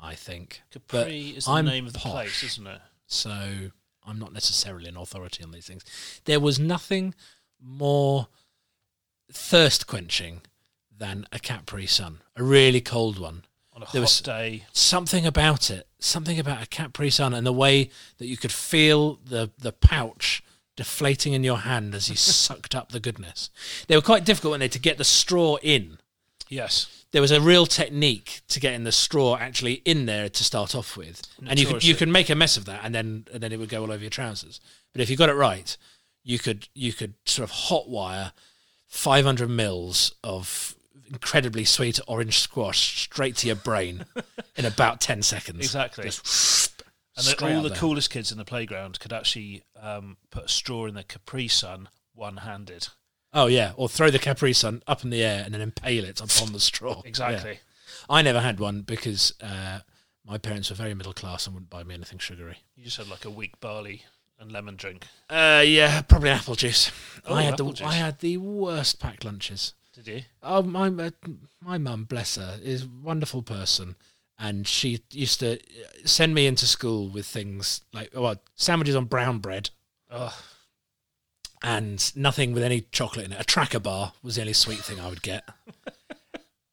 Speaker 2: I think. But
Speaker 1: Capri is the
Speaker 2: I'm
Speaker 1: name of the
Speaker 2: posh,
Speaker 1: place, isn't it?
Speaker 2: So I'm not necessarily an authority on these things. There was nothing more thirst quenching than a Capri Sun, a really cold one.
Speaker 1: On a hot
Speaker 2: There was-
Speaker 1: day.
Speaker 2: something about it, something about a Capri Sun and the way that you could feel the, the pouch deflating in your hand as you sucked up the goodness. They were quite difficult, weren't they, to get the straw in.
Speaker 1: Yes.
Speaker 2: There was a real technique to getting the straw actually in there to start off with, and you could you
Speaker 1: Notoriously.
Speaker 2: could make a mess of that, and then and then it would go all over your trousers. But if you got it right, you could you could sort of hot wire 500 mils of incredibly sweet orange squash straight to your brain in about 10 seconds.
Speaker 1: Exactly. And
Speaker 2: Straight
Speaker 1: the, all
Speaker 2: out
Speaker 1: the
Speaker 2: there.
Speaker 1: coolest kids in the playground could actually um, put a straw in their Capri Sun one handed.
Speaker 2: Oh yeah, or throw the Capri Sun up in the air and then impale it upon the straw.
Speaker 1: Exactly.
Speaker 2: Yeah. I never had one because uh, my parents were very middle class and wouldn't buy me anything sugary.
Speaker 1: You just had like a weak barley and lemon drink.
Speaker 2: Uh, yeah, probably apple juice.
Speaker 1: Oh,
Speaker 2: I had
Speaker 1: apple
Speaker 2: the
Speaker 1: juice.
Speaker 2: I had the worst packed lunches.
Speaker 1: Did you?
Speaker 2: Oh, my uh, my mum, bless her, is a wonderful person, and she used to send me into school with things like well, sandwiches on brown bread
Speaker 1: Oh,
Speaker 2: and nothing with any chocolate in it. A tracker bar was the only sweet thing I would get,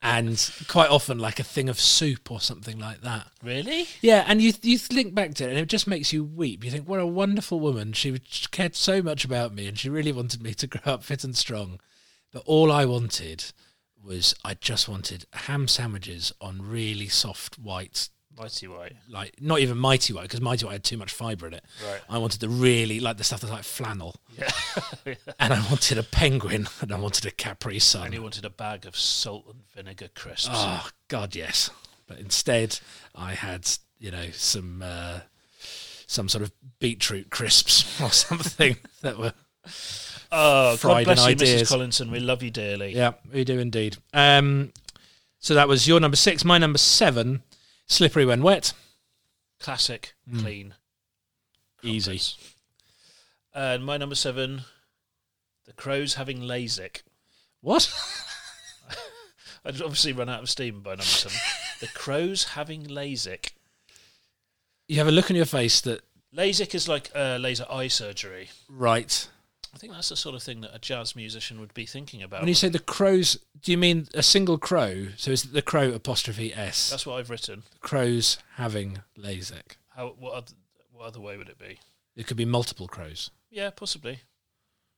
Speaker 2: and quite often like a thing of soup or something like that.
Speaker 1: really?
Speaker 2: Yeah, and you you think back to it, and it just makes you weep. You think, what a wonderful woman. She would- she cared so much about me, and she really wanted me to grow up fit and strong. But all I wanted was I just wanted ham sandwiches on really soft white,
Speaker 1: Mighty white.
Speaker 2: like not even mighty white, because mighty white had too much fibre in it.
Speaker 1: Right.
Speaker 2: I wanted the really like the stuff that's like flannel,
Speaker 1: Yeah.
Speaker 2: and I wanted a penguin, and I wanted a Capri Sun.
Speaker 1: and he wanted a bag of salt and vinegar crisps.
Speaker 2: Oh God, yes. But instead, I had you know some uh, some sort of beetroot crisps or something that were.
Speaker 1: Oh, God
Speaker 2: fried
Speaker 1: bless
Speaker 2: in
Speaker 1: you,
Speaker 2: ideas.
Speaker 1: Mrs. Collinson. We love you dearly.
Speaker 2: Yeah, we do indeed. Um, so that was your number six. My number seven, slippery when wet.
Speaker 1: Classic, clean,
Speaker 2: Hmm. Easy.
Speaker 1: crumpets. And my number seven, the crows having LASIK.
Speaker 2: What?
Speaker 1: I'd obviously run out of steam by number seven. the crows having LASIK.
Speaker 2: You have a look on your face that
Speaker 1: LASIK is like uh, laser eye surgery.
Speaker 2: right.
Speaker 1: I think that's the sort of thing that a jazz musician would be thinking about.
Speaker 2: When you say the crows, do you mean a single crow? So is it the crow apostrophe s?
Speaker 1: that's what I've written.
Speaker 2: crows having LASIK.
Speaker 1: How? What? Other, what other way would it be?
Speaker 2: It could be multiple crows.
Speaker 1: Yeah, possibly.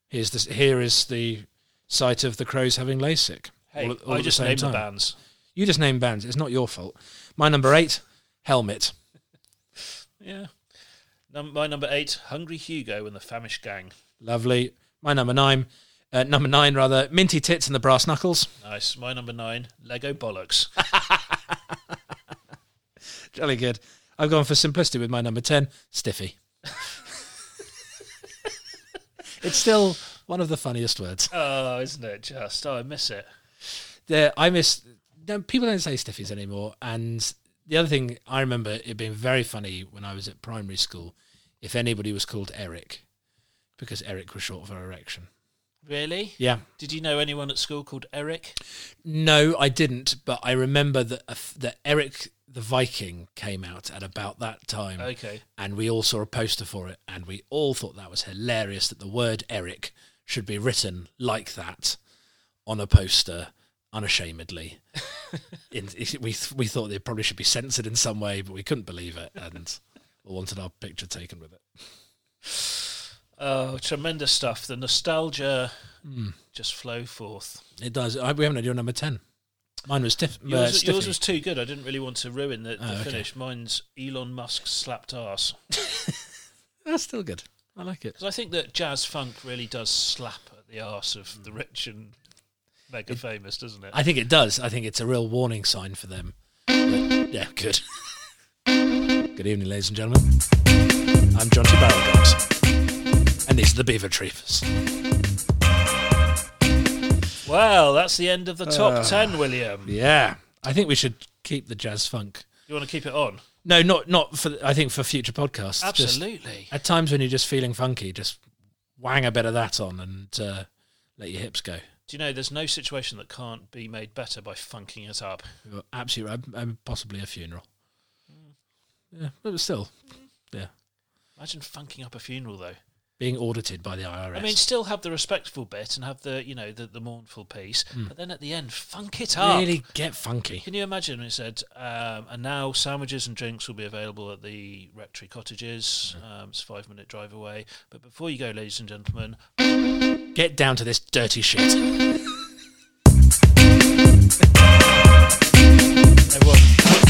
Speaker 2: Here's the here is the site of the crows having LASIK.
Speaker 1: Hey,
Speaker 2: All- all
Speaker 1: I
Speaker 2: at
Speaker 1: just
Speaker 2: same
Speaker 1: named
Speaker 2: time.
Speaker 1: the bands.
Speaker 2: You just named bands. It's not your fault. My number eight, helmet.
Speaker 1: Yeah. Num- my number eight, Hungry Hugo and the Famish Gang.
Speaker 2: Lovely. My number nine, uh, number nine rather, minty tits and the brass knuckles.
Speaker 1: Nice. My number nine, Lego Bollocks.
Speaker 2: Jolly good. I've gone for simplicity with my number ten, stiffy. it's still one of the funniest words.
Speaker 1: oh, isn't it just? Oh, I miss it.
Speaker 2: there I miss no, people don't say stiffies anymore. And the other thing I remember it being very funny when I was at primary school, if anybody was called Eric, because Eric was short for erection.
Speaker 1: Really?
Speaker 2: Yeah.
Speaker 1: Did you know anyone at school called Eric?
Speaker 2: No, I didn't, but I remember that a f- that Eric the Viking came out at about that time,
Speaker 1: Okay.
Speaker 2: and we all saw a poster for it, and we all thought that was hilarious that the word Eric should be written like that on a poster unashamedly. in, we we thought it probably should be censored in some way, but we couldn't believe it, and we wanted our picture taken with it.
Speaker 1: Oh, tremendous stuff. The nostalgia
Speaker 2: Hmm.
Speaker 1: just flow forth.
Speaker 2: It does. I, we haven't had your number ten. Mine was stiff. uh,
Speaker 1: Yours,
Speaker 2: stiffy.
Speaker 1: yours was too good. I didn't really want to ruin the, the
Speaker 2: Oh, okay.
Speaker 1: finish. Mine's Elon Musk slapped ass.
Speaker 2: That's still good. I I like it.
Speaker 1: Because I think that jazz funk really does slap at the arse of the rich and mega famous, doesn't it?
Speaker 2: I think it does. I think it's a real warning sign for them. But, yeah, good. good evening, ladies and gentlemen. I'm John T. Barragox. And these are the Beaver Treepers.
Speaker 1: Well, that's the end of the top ten, William.
Speaker 2: Ah. Yeah. I think we should keep the jazz funk.
Speaker 1: You want to keep it on?
Speaker 2: No, not not for. I think for future podcasts. just-
Speaker 1: Absolutely.
Speaker 2: at times when you're just feeling funky, just whang a bit of that on and uh, let your hips go.
Speaker 1: Do you know there's no situation that can't be made better by funking it up?
Speaker 2: You're absolutely, I'm, I'm possibly a funeral.
Speaker 1: Hmm.
Speaker 2: Yeah, but still, yeah,
Speaker 1: Imagine funking up a funeral, though.
Speaker 2: being audited by the IRS.
Speaker 1: I mean, still have the respectful bit and have the, you know, the, the mournful piece, but then at the end, funk it up.
Speaker 2: Hmm. really get funky.
Speaker 1: Can you imagine? It said, um, and now sandwiches and drinks will be available at the Rectory Cottages.
Speaker 2: Hmm.
Speaker 1: Um, it's a five minute drive away. But before you go, ladies and gentlemen,
Speaker 2: Get down to this dirty shit.
Speaker 1: everyone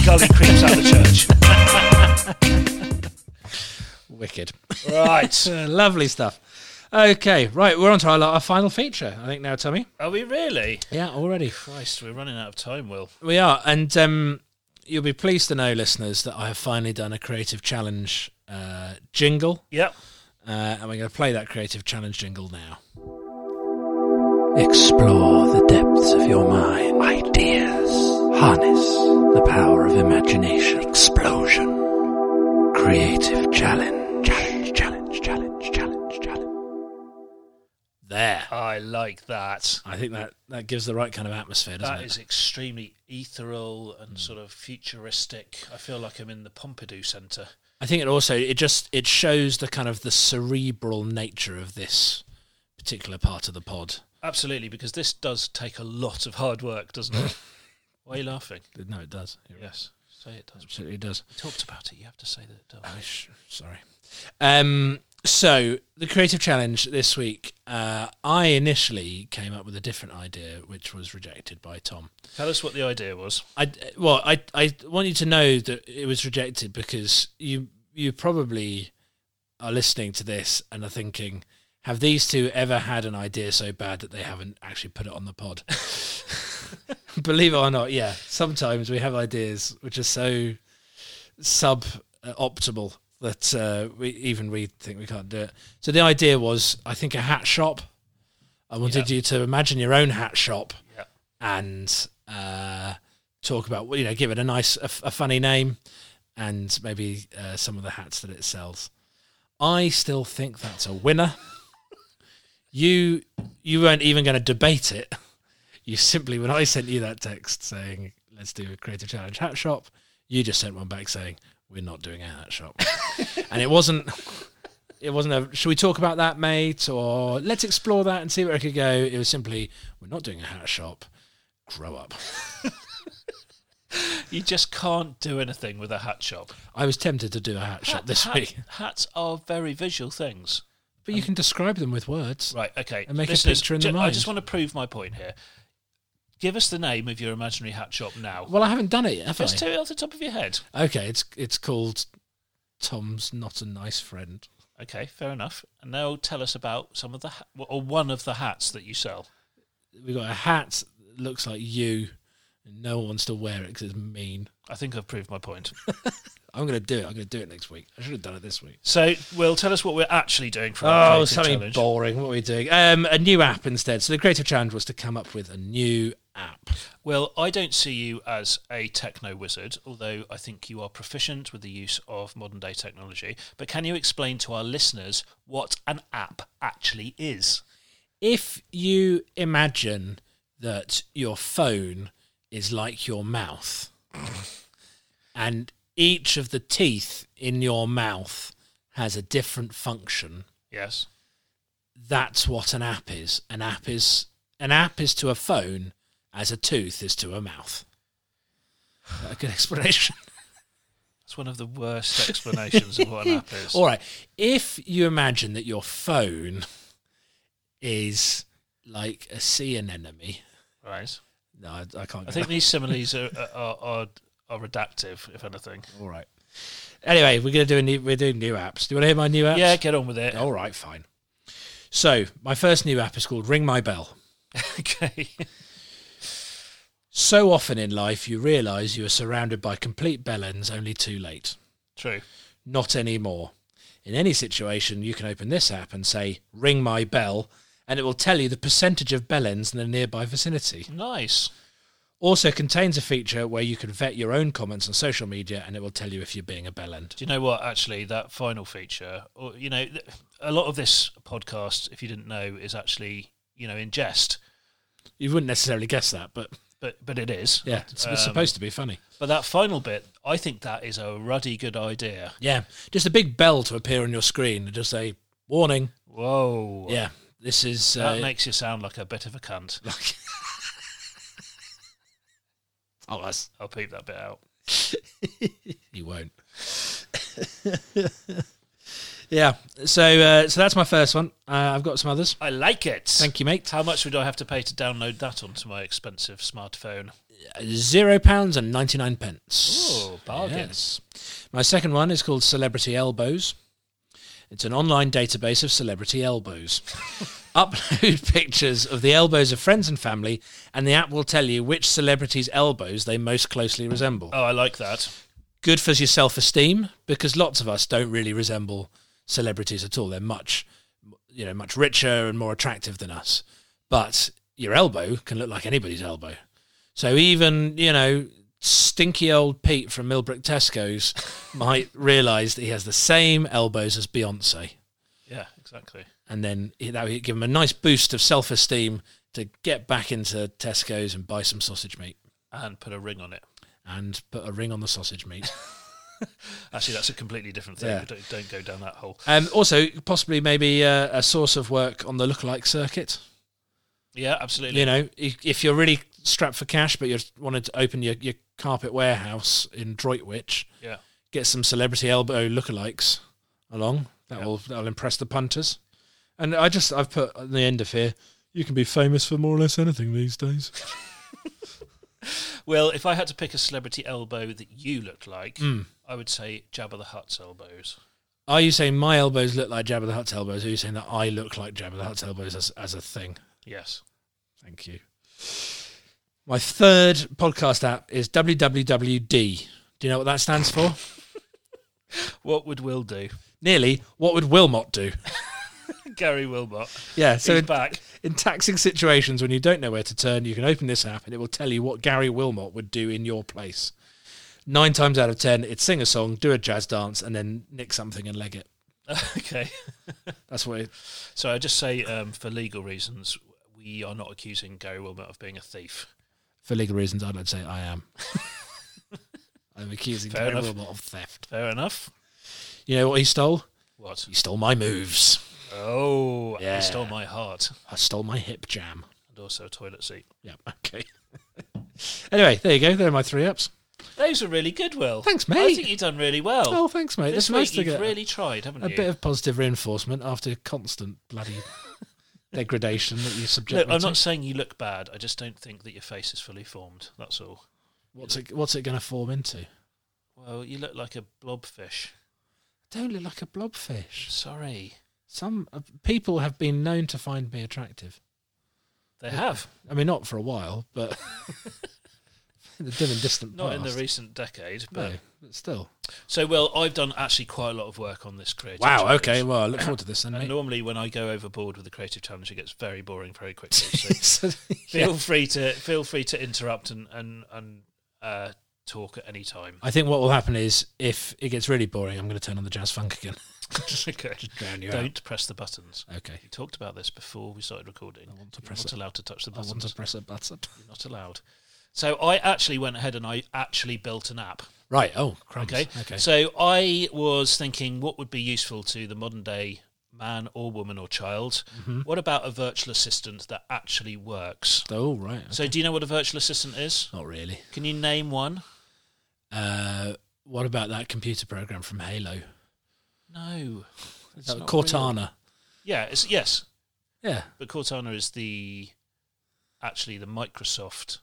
Speaker 1: gully creeps out of the
Speaker 2: Wicked.
Speaker 1: church. Right.
Speaker 2: Uh, lovely stuff. Okay, right, we're on to our, la- our final feature, I think now, Tommy.
Speaker 1: Are we really?
Speaker 2: Yeah, already.
Speaker 1: Christ, we're running out of time, Will.
Speaker 2: We are, and um, you'll be pleased to know, listeners, that I have finally done a creative challenge uh, jingle.
Speaker 1: Yep.
Speaker 2: Uh, and we're going to play that creative challenge jingle now.
Speaker 5: Explore the depths of your mind. Ideas. Harness the power of imagination. Explosion. Creative challenge. Challenge, challenge, challenge, challenge, challenge.
Speaker 2: There.
Speaker 1: I like that.
Speaker 2: I think that, that gives the right kind of atmosphere, doesn't
Speaker 1: That
Speaker 2: it?
Speaker 1: is extremely ethereal and sort of futuristic. I feel like I'm in the Pompidou Centre.
Speaker 2: I think it also it just it shows the kind of the cerebral nature of this particular part of the pod.
Speaker 1: Absolutely, because this does take a lot of hard work, doesn't it? Why are you laughing?
Speaker 2: No, it does. It
Speaker 1: Yes. Say it does.
Speaker 2: absolutely does.
Speaker 1: We talked about it. You have to say that it does.
Speaker 2: Oh, sh- sorry. Um, so the creative challenge this week, uh, I initially came up with a different idea, which was rejected by Tom.
Speaker 1: Tell us what the idea was.
Speaker 2: I well, I I want you to know that it was rejected because you you probably are listening to this and are thinking, have these two ever had an idea so bad that they haven't actually put it on the pod? Believe it or not, yeah. Sometimes we have ideas which are so sub uh, optimal that uh, we even we think we can't do it. So the idea was, I think, a hat shop. I wanted you to imagine your own hat shop
Speaker 1: Yeah.
Speaker 2: and uh, talk about well, you know give it a nice a, f- a funny name and maybe uh, some of the hats that it sells. I still think that's a winner. You you weren't even going to debate it. You simply when I sent you that text saying let's do a creative challenge hat shop, you just sent one back saying we're not doing a hat shop, and it wasn't. It wasn't a. Should we talk about that, mate? Or let's explore that and see where it could go. It was simply we're not doing a hat shop. Grow up.
Speaker 1: You just can't do anything with a hat shop.
Speaker 2: I was tempted to do a hat shop this
Speaker 1: Hat-
Speaker 2: week,
Speaker 1: Hats are very visual things.
Speaker 2: but you can describe them with words.
Speaker 1: Right, okay.
Speaker 2: And make a
Speaker 1: Listeners,
Speaker 2: picture in
Speaker 1: ju-
Speaker 2: the
Speaker 1: I
Speaker 2: mind.
Speaker 1: just want to prove my point here. Give us the name of your imaginary hat shop now.
Speaker 2: Well, I haven't done it, yet, have
Speaker 1: Just
Speaker 2: I?
Speaker 1: tell it off the top of your head.
Speaker 2: Okay, it's it's called Tom's not a nice friend.
Speaker 1: Okay, fair enough. And now tell us about some of the ha- or one of the hats that you sell.
Speaker 2: We got a hat that looks like you, and no one wants to wear it because it's mean.
Speaker 1: I think I've proved my point.
Speaker 2: I'm gonna do it. I'm gonna do it next week. I should have done it this week.
Speaker 1: So, Will, tell us what we're actually doing for our
Speaker 2: Oh,
Speaker 1: creative
Speaker 2: something
Speaker 1: challenge.
Speaker 2: boring. What are we doing? Um, a new app instead. So the creative challenge was to come up with a new app.
Speaker 1: Well, I don't see you as a techno wizard, although I think you are proficient with the use of modern day technology. But can you explain to our listeners what an app actually is?
Speaker 2: if you imagine that your phone is like your mouth and each of the teeth in your mouth has a different function
Speaker 1: Yes.
Speaker 2: that's what an app is an app is an app is to a phone as a tooth is to a mouth Is that a good explanation
Speaker 1: It's one of the worst explanations of what an app is.
Speaker 2: All right. If you imagine that your phone is like a sea anemone,
Speaker 1: right.
Speaker 2: no, I, I
Speaker 1: I
Speaker 2: can't. go
Speaker 1: think these similes are, are, are, are reductive, if anything.
Speaker 2: All right. Anyway, we're gonna do a new, we're doing new apps. Do you want to hear my new apps?
Speaker 1: Yeah, get on with it.
Speaker 2: All right, fine. So my first new app is called Ring My Bell.
Speaker 1: Okay.
Speaker 2: So often in life, you realise you are surrounded by complete bellends, only too late.
Speaker 1: True.
Speaker 2: Not anymore. In any situation, you can open this app and say "Ring my bell," and it will tell you the percentage of bellends in the nearby vicinity.
Speaker 1: Nice.
Speaker 2: Also contains a feature where you can vet your own comments on social media, and it will tell you if you're being a bellend.
Speaker 1: Do you know what? Actually, that final feature, or you know, th- a lot of this podcast, if you didn't know, is actually you know in jest,
Speaker 2: You wouldn't necessarily guess that, but
Speaker 1: but but it is.
Speaker 2: yeah, it's, it's
Speaker 1: Um,
Speaker 2: supposed to be funny.
Speaker 1: But that final bit, I think that is a ruddy good idea.
Speaker 2: Yeah, just a big bell to appear on your screen and just say "Warning."
Speaker 1: Whoa.
Speaker 2: Yeah, this is
Speaker 1: That
Speaker 2: uh,
Speaker 1: makes you sound like a bit of a cunt.
Speaker 2: oh, that's
Speaker 1: I'll peep that bit out.
Speaker 2: You won't. yeah. So uh, so that's my first one. Uh, I've got some others.
Speaker 1: I like it.
Speaker 2: Thank you, mate.
Speaker 1: How much would I have to pay to download that onto my expensive smartphone?
Speaker 2: Zero pounds and ninety nine pence.
Speaker 1: Oh, bargain.
Speaker 2: Yes. My second one is called Celebrity Elbows. It's an online database of celebrity elbows. Upload pictures of the elbows of friends and family, and the app will tell you which celebrities' elbows they most closely resemble.
Speaker 1: Oh, I like that.
Speaker 2: good for your self esteem because lots of us don't really resemble celebrities at all. They're much, you know, much richer and more attractive than us. But your elbow can look like anybody's elbow. So even you know, stinky old Pete from Millbrook Tesco's might realise that he has the same elbows as Beyonce,
Speaker 1: Yeah, exactly.
Speaker 2: and then he- that would give him a nice boost of self esteem to get back into Tesco's and buy some sausage meat
Speaker 1: And put a ring on it.
Speaker 2: and put a ring on the sausage meat.
Speaker 1: Actually, that's a completely different thing.
Speaker 2: Yeah.
Speaker 1: Don't, don't go down that hole.
Speaker 2: Um, also, possibly maybe uh, a source of work on the lookalike circuit.
Speaker 1: Yeah, absolutely.
Speaker 2: You know, if if you're really strapped for cash, but you wanted to open your, your carpet warehouse in Droitwich,
Speaker 1: Yeah.
Speaker 2: get some celebrity elbow lookalikes along. That will that'll impress the punters. And I just I've put on the end of here. You can be famous for more or less anything these days.
Speaker 1: Well, if I had to pick a celebrity elbow that you look like,
Speaker 2: Hmm.
Speaker 1: I would say Jabba the Hutt's elbows.
Speaker 2: Are you saying my elbows look like Jabba the Hutt's elbows? Or are you saying that I look like Jabba the Hutt's elbows as, as a thing?
Speaker 1: Yes.
Speaker 2: Thank you. My third podcast app is WWWD. Do you know what that stands for?
Speaker 1: What would Will do?
Speaker 2: Nearly, what would Wilmot do?
Speaker 1: Gary Wilmot.
Speaker 2: Yeah, so
Speaker 1: He's
Speaker 2: in,
Speaker 1: back.
Speaker 2: in taxing situations when you don't know where to turn, you can open this app and it will tell you what Gary Wilmot would do in your place. Nine times out of ten, it'd sing a song, do a jazz dance, and then nick something and leg it.
Speaker 1: okay.
Speaker 2: That's what it,
Speaker 1: So I just say, um, for legal reasons, we are not accusing Gary Wilmot of being a thief.
Speaker 2: for legal reasons, I'd like to say I am. I'm accusing
Speaker 1: Fair
Speaker 2: Gary
Speaker 1: enough.
Speaker 2: Wilmot of theft.
Speaker 1: Fair enough.
Speaker 2: You know what he stole?
Speaker 1: What?
Speaker 2: He stole my moves.
Speaker 1: Oh,
Speaker 2: Yeah.
Speaker 1: he stole my heart
Speaker 2: I stole my hip jam.
Speaker 1: and also a toilet seat.
Speaker 2: Yeah, okay. anyway, there you go. There are my three apps.
Speaker 1: Those are really good, Will.
Speaker 2: Thanks,
Speaker 1: I
Speaker 2: mate.
Speaker 1: think you've done really well.
Speaker 2: Oh, thanks, mate.
Speaker 1: this
Speaker 2: That's
Speaker 1: week
Speaker 2: nice to
Speaker 1: you've
Speaker 2: get
Speaker 1: really tried, haven't
Speaker 2: a
Speaker 1: you?
Speaker 2: bit of positive reinforcement after constant bloody degradation that you subject
Speaker 1: Look,
Speaker 2: me
Speaker 1: I'm
Speaker 2: to.
Speaker 1: not saying you look bad. I just don't think that your face is fully formed. That's all.
Speaker 2: What's it? What's it going to form into?
Speaker 1: Well, you look like a blobfish.
Speaker 2: Don't look like a blobfish.
Speaker 1: Sorry,
Speaker 2: Some uh, people have been known to find me attractive.
Speaker 1: they have
Speaker 2: I mean, not for a while, but in the dim and distant
Speaker 1: not in
Speaker 2: past.
Speaker 1: the recent decade.
Speaker 2: no,
Speaker 1: But
Speaker 2: but still.
Speaker 1: so, Will, I've done actually quite a lot of work on this creative.
Speaker 2: Wow.
Speaker 1: challenge.
Speaker 2: Okay. Well, I look forward to this. Then,
Speaker 1: And
Speaker 2: mate.
Speaker 1: normally, when I go overboard with the creative challenge, it gets very boring very quickly. So
Speaker 2: So, yeah.
Speaker 1: feel free to feel free to interrupt and and and uh, talk at any time.
Speaker 2: I think what will happen is if it gets really boring, I'm going to turn on the jazz funk again.
Speaker 1: okay.
Speaker 2: drown you out.
Speaker 1: Don't press the buttons.
Speaker 2: Okay.
Speaker 1: We talked about this before we started recording. I
Speaker 2: want to
Speaker 1: You're
Speaker 2: press
Speaker 1: not
Speaker 2: it.
Speaker 1: allowed to touch the
Speaker 2: I want
Speaker 1: buttons.
Speaker 2: to press a button.
Speaker 1: You're not allowed. So I actually went ahead and I actually built an app.
Speaker 2: Right. Oh, crumbs.
Speaker 1: Okay.
Speaker 2: Okay. Okay.
Speaker 1: So I was thinking what would be useful to the modern day man or woman or child? What about a virtual assistant that actually works?
Speaker 2: oh, right.
Speaker 1: So do you know what a virtual assistant is?
Speaker 2: Not really.
Speaker 1: Can you name one?
Speaker 2: Uh, what about that computer program from Halo?
Speaker 1: No. It's
Speaker 2: Uh,
Speaker 1: not real.
Speaker 2: Cortana.
Speaker 1: Yeah, it's yes.
Speaker 2: Yeah.
Speaker 1: But Cortana is the actually the Microsoft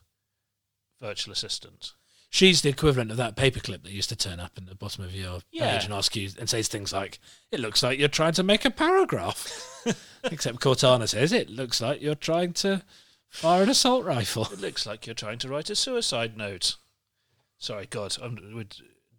Speaker 1: virtual assistant.
Speaker 2: She's the equivalent of that paperclip that used to turn up in the bottom of your
Speaker 1: Yeah.
Speaker 2: page and ask you and says things like, "It looks like you're trying to make a paragraph," except Cortana says, "It looks like you're trying to fire an assault rifle."
Speaker 1: It looks like you're trying to write a suicide note. Sorry, God, I'm, would,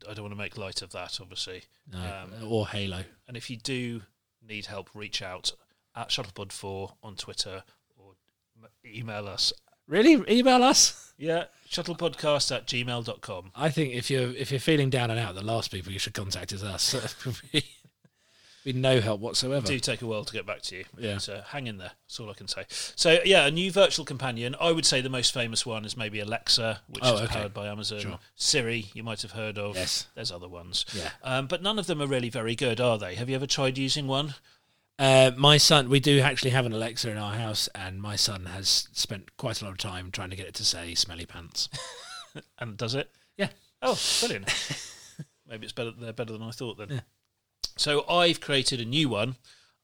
Speaker 1: I don't want to make light of that, obviously.
Speaker 2: No, or Halo.
Speaker 1: And if you do need help, reach out at Shuttlepod4 on Twitter or m- email us.
Speaker 2: Really, email us.
Speaker 1: Yeah, shuttlepodcast at gmail.com.
Speaker 2: I think if you're if you're feeling down and out, the last people you should contact is us. we no help whatsoever.
Speaker 1: Do take a while to get back to you.
Speaker 2: Yeah.
Speaker 1: So hang in there. That's all I can say. So, yeah, a new virtual companion. I would say the most famous one is maybe Alexa, which
Speaker 2: Oh,
Speaker 1: is
Speaker 2: okay.
Speaker 1: powered by Amazon.
Speaker 2: Sure.
Speaker 1: Siri, you might have heard of.
Speaker 2: Yes.
Speaker 1: There's other ones.
Speaker 2: Yeah.
Speaker 1: Um, but none of them are really very good, are they? Have you ever tried using one?
Speaker 2: Uh, my son, we do actually have an Alexa in our house, and my son has spent quite a lot of time trying to get it to say "smelly pants."
Speaker 1: And Um, does it?
Speaker 2: Yeah.
Speaker 1: Oh, brilliant. Maybe it's better. They're better than I thought then. So I've created a new one.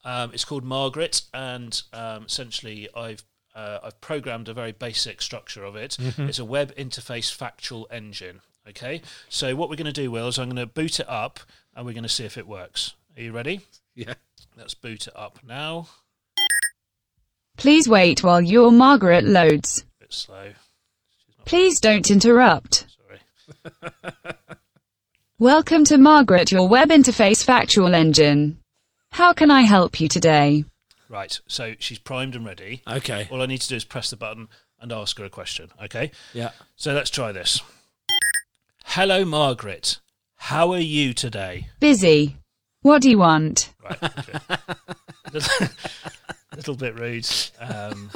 Speaker 1: Um, it's called Margaret, and um, essentially I've uh, I've programmed a very basic structure of it.
Speaker 2: Mm-hmm.
Speaker 1: It's a web interface factual engine. Okay. So what we're going to do, Will, is I'm going to boot it up, and we're going to see if it works. Are you ready?
Speaker 2: yeah.
Speaker 1: Let's boot it up now.
Speaker 7: Please wait while your Margaret loads.
Speaker 1: bit slow.
Speaker 7: Please don't interrupt.
Speaker 1: Sorry.
Speaker 7: Welcome to Margaret, your web interface factual engine. How can I help you today?
Speaker 1: Right. So she's primed and ready.
Speaker 2: Okay.
Speaker 1: All I need to do is press the button and ask her a question. Okay.
Speaker 2: Yeah.
Speaker 1: So let's try this. Hello, Margaret. How are you today?
Speaker 7: Busy. What do you want?
Speaker 1: Right. Okay. little, little bit rude. Um,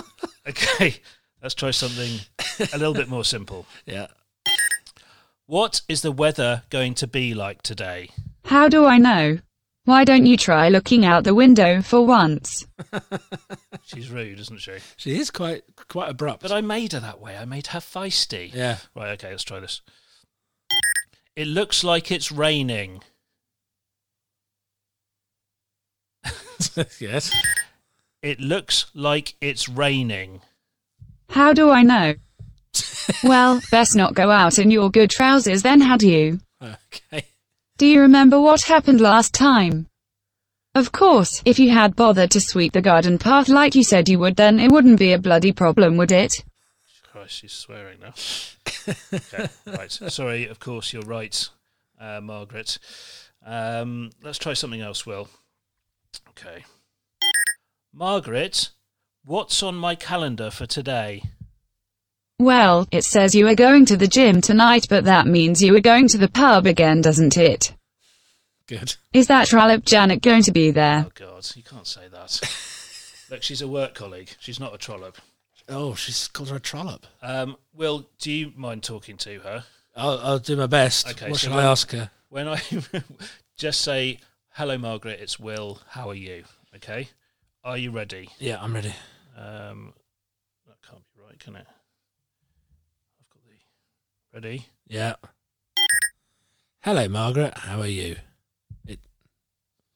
Speaker 1: okay. Let's try something a little bit more simple.
Speaker 2: Yeah.
Speaker 1: What is the weather going to be like today?
Speaker 7: How do I know? Why don't you try looking out the window for once?
Speaker 1: She's rude, isn't she?
Speaker 2: She is quite quite abrupt.
Speaker 1: But I made her that way. I made her feisty.
Speaker 2: yeah.
Speaker 1: Right. Okay. Let's try this. It looks like it's raining.
Speaker 2: yes.
Speaker 1: It looks like it's raining.
Speaker 7: How do I know? well, best not go out in your good trousers then, had you?
Speaker 2: Okay.
Speaker 7: Do you remember what happened last time? Of course, if you had bothered to sweep the garden path like you said you would, then it wouldn't be a bloody problem, would it?
Speaker 1: Christ, she's swearing now. okay, right. Sorry, of course, you're right, uh, Margaret. Um, let's try something else, Will. Okay. Margaret, what's on my calendar for today?
Speaker 7: Well, it says you are going to the gym tonight, but that means you are going to the pub again, doesn't it?
Speaker 2: Good.
Speaker 7: Is that Trallop Janet going to be there?
Speaker 1: Oh, God, you can't say that. Look, she's a work colleague. She's not a trollop.
Speaker 2: Oh, she's called her a trollop.
Speaker 1: Um, Will, do you mind talking to her?
Speaker 2: I'll, I'll do my best.
Speaker 1: Okay,
Speaker 2: what
Speaker 1: so
Speaker 2: shall I
Speaker 1: when-
Speaker 2: ask her?
Speaker 1: When I just say, hello, Margaret, it's Will, how are you? Okay. Are you ready?
Speaker 2: Yeah, I'm ready.
Speaker 1: Um, that can't be right, can it? I've got the ready.
Speaker 2: Yeah. Hello, Margaret. How are you?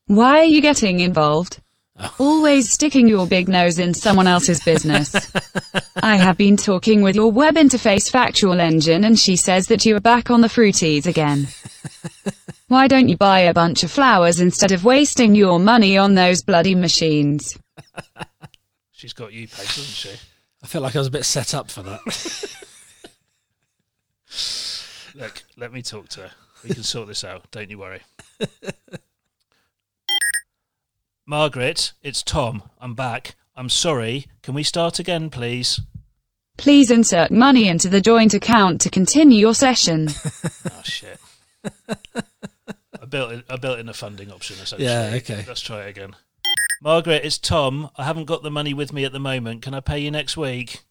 Speaker 7: Why are you getting involved?
Speaker 2: Oh.
Speaker 7: Always sticking your big nose in someone else's business. I have been talking with your web interface factual engine and she says that you are back on the fruities again. Why don't you buy a bunch of flowers instead of wasting your money on those bloody machines?
Speaker 1: She's got you, Peg, doesn't she?
Speaker 2: I felt like I was a bit set up for that.
Speaker 1: Look, let me talk to her. We can sort this out. Don't you worry. Margaret, it's Tom. I'm back. I'm sorry. Can we start again, please?
Speaker 7: Please insert money into the joint account to continue your session.
Speaker 1: Oh shit! I built in, I built in a funding option essentially.
Speaker 2: Yeah, okay.
Speaker 1: Let's try it again. Margaret, it's Tom. I haven't got the money with me at the moment. Can I pay you next week?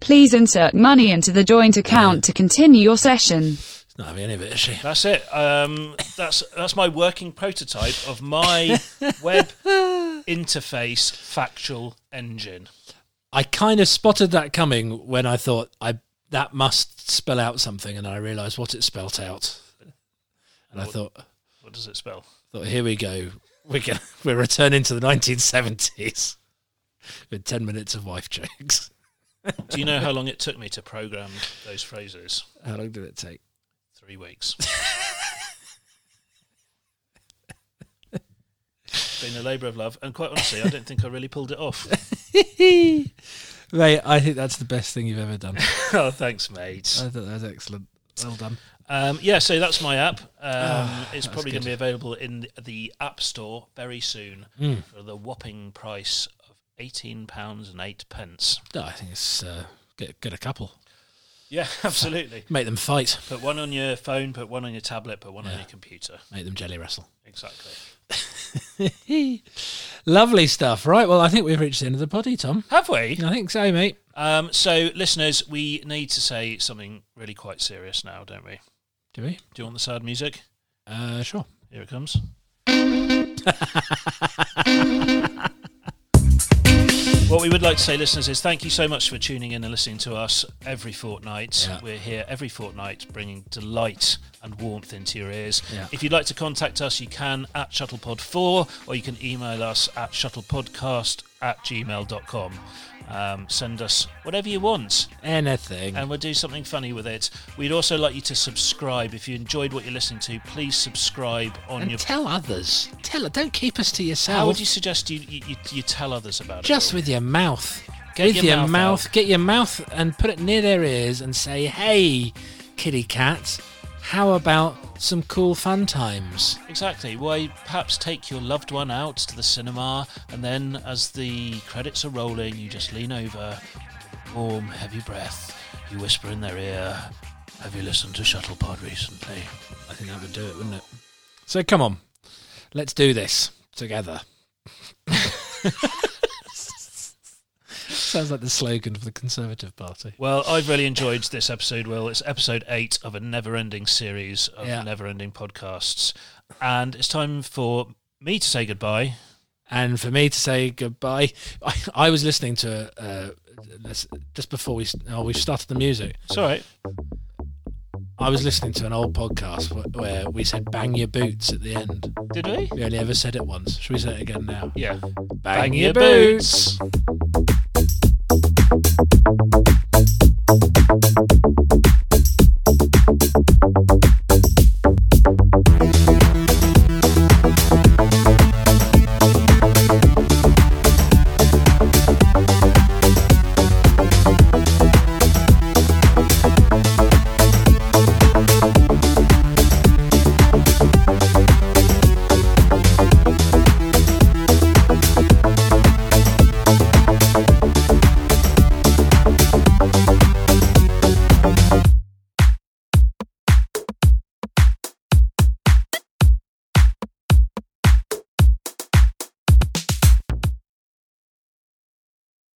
Speaker 7: Please insert money into the joint account to continue your session.
Speaker 2: She's not having any of it, is she?
Speaker 1: That's it. Um, that's that's my working prototype of my web interface factual engine.
Speaker 2: I kind of spotted that coming when I thought I that must spell out something, and I realised what it spelt out, and I thought,
Speaker 1: What does it spell?
Speaker 2: thought here we go, we're gonna, we're returning to the 1970s with 10 minutes of wife jokes.
Speaker 1: Do you know how long it took me to program those phrases?
Speaker 2: How long did it take?
Speaker 1: Three weeks. Been a labour of love, and quite honestly, I don't think I really pulled it off.
Speaker 2: Mate, I think that's the best thing you've ever done. I
Speaker 1: oh, thanks, mate.
Speaker 2: thought that was excellent. Well done.
Speaker 1: Um, yeah, so that's my app. Um, it's
Speaker 2: that's
Speaker 1: probably going
Speaker 2: good.
Speaker 1: to be available in the, the App Store very soon for the whopping price of eighteen pounds and eight pence.
Speaker 2: No, I think it's uh, get get a couple,
Speaker 1: Yeah, absolutely.
Speaker 2: make them fight,
Speaker 1: Put one on your phone, put one on your tablet, put one on your computer.
Speaker 2: make them jelly wrestle.
Speaker 1: Exactly.
Speaker 2: Lovely stuff. Right. Well, I think we've reached the end of the potty, Tom.
Speaker 1: Have we?
Speaker 2: I think so, mate.
Speaker 1: Um, so, listeners, we need to say something really quite serious now, don't we?
Speaker 2: Do we?
Speaker 1: Do you want the sad music?
Speaker 2: Uh, sure.
Speaker 1: Here it comes. what we would like to say, listeners, is thank you so much for tuning in and listening to us every fortnight.
Speaker 2: Yeah.
Speaker 1: We're here every fortnight bringing delight and warmth into your ears.
Speaker 2: Yeah.
Speaker 1: If you'd like to contact us, you can at shuttlepod4 or you can email us at shuttlepodcast at gmail.com. Um, send us whatever you want
Speaker 2: Anything.
Speaker 1: and we'll do something funny with it. We'd also like you to subscribe. If you enjoyed what you're listening to, please subscribe on
Speaker 2: and
Speaker 1: your.
Speaker 2: tell others. Tell. Don't keep us to yourself.
Speaker 1: How would you suggest you, you, you, you tell others about
Speaker 2: Oh. Just
Speaker 1: it?
Speaker 2: with your mouth. Get
Speaker 1: your
Speaker 2: your,
Speaker 1: mouth
Speaker 2: mouth.
Speaker 1: out.
Speaker 2: Get your mouth and put it near their ears and say, "Hey, kitty cat, how about some cool fun times?"
Speaker 1: Just exactly. Why perhaps take your loved one out to the cinema, and then as the credits are rolling, you just lean over, warm, heavy breath. You whisper in their ear, "Have you listened to Shuttlepod recently?"
Speaker 2: I think that would do it, wouldn't it? So come on, let's do this together. Sounds like the slogan for the Conservative Party.
Speaker 1: Well, I've really enjoyed this episode, Will. It's episode eight of a never ending series of
Speaker 2: Yeah.
Speaker 1: never ending podcasts. And it's time for me to say goodbye.
Speaker 2: And for me to say goodbye, I, I was listening to uh, this- just before we s- oh, we started the music.
Speaker 1: It's all right.
Speaker 2: I was listening to an old podcast wh- where we said "bang your boots" at the end.
Speaker 1: Did we?
Speaker 2: We only ever said it once. Should we say it again now?
Speaker 1: Yeah.
Speaker 2: Bang,
Speaker 1: your boots.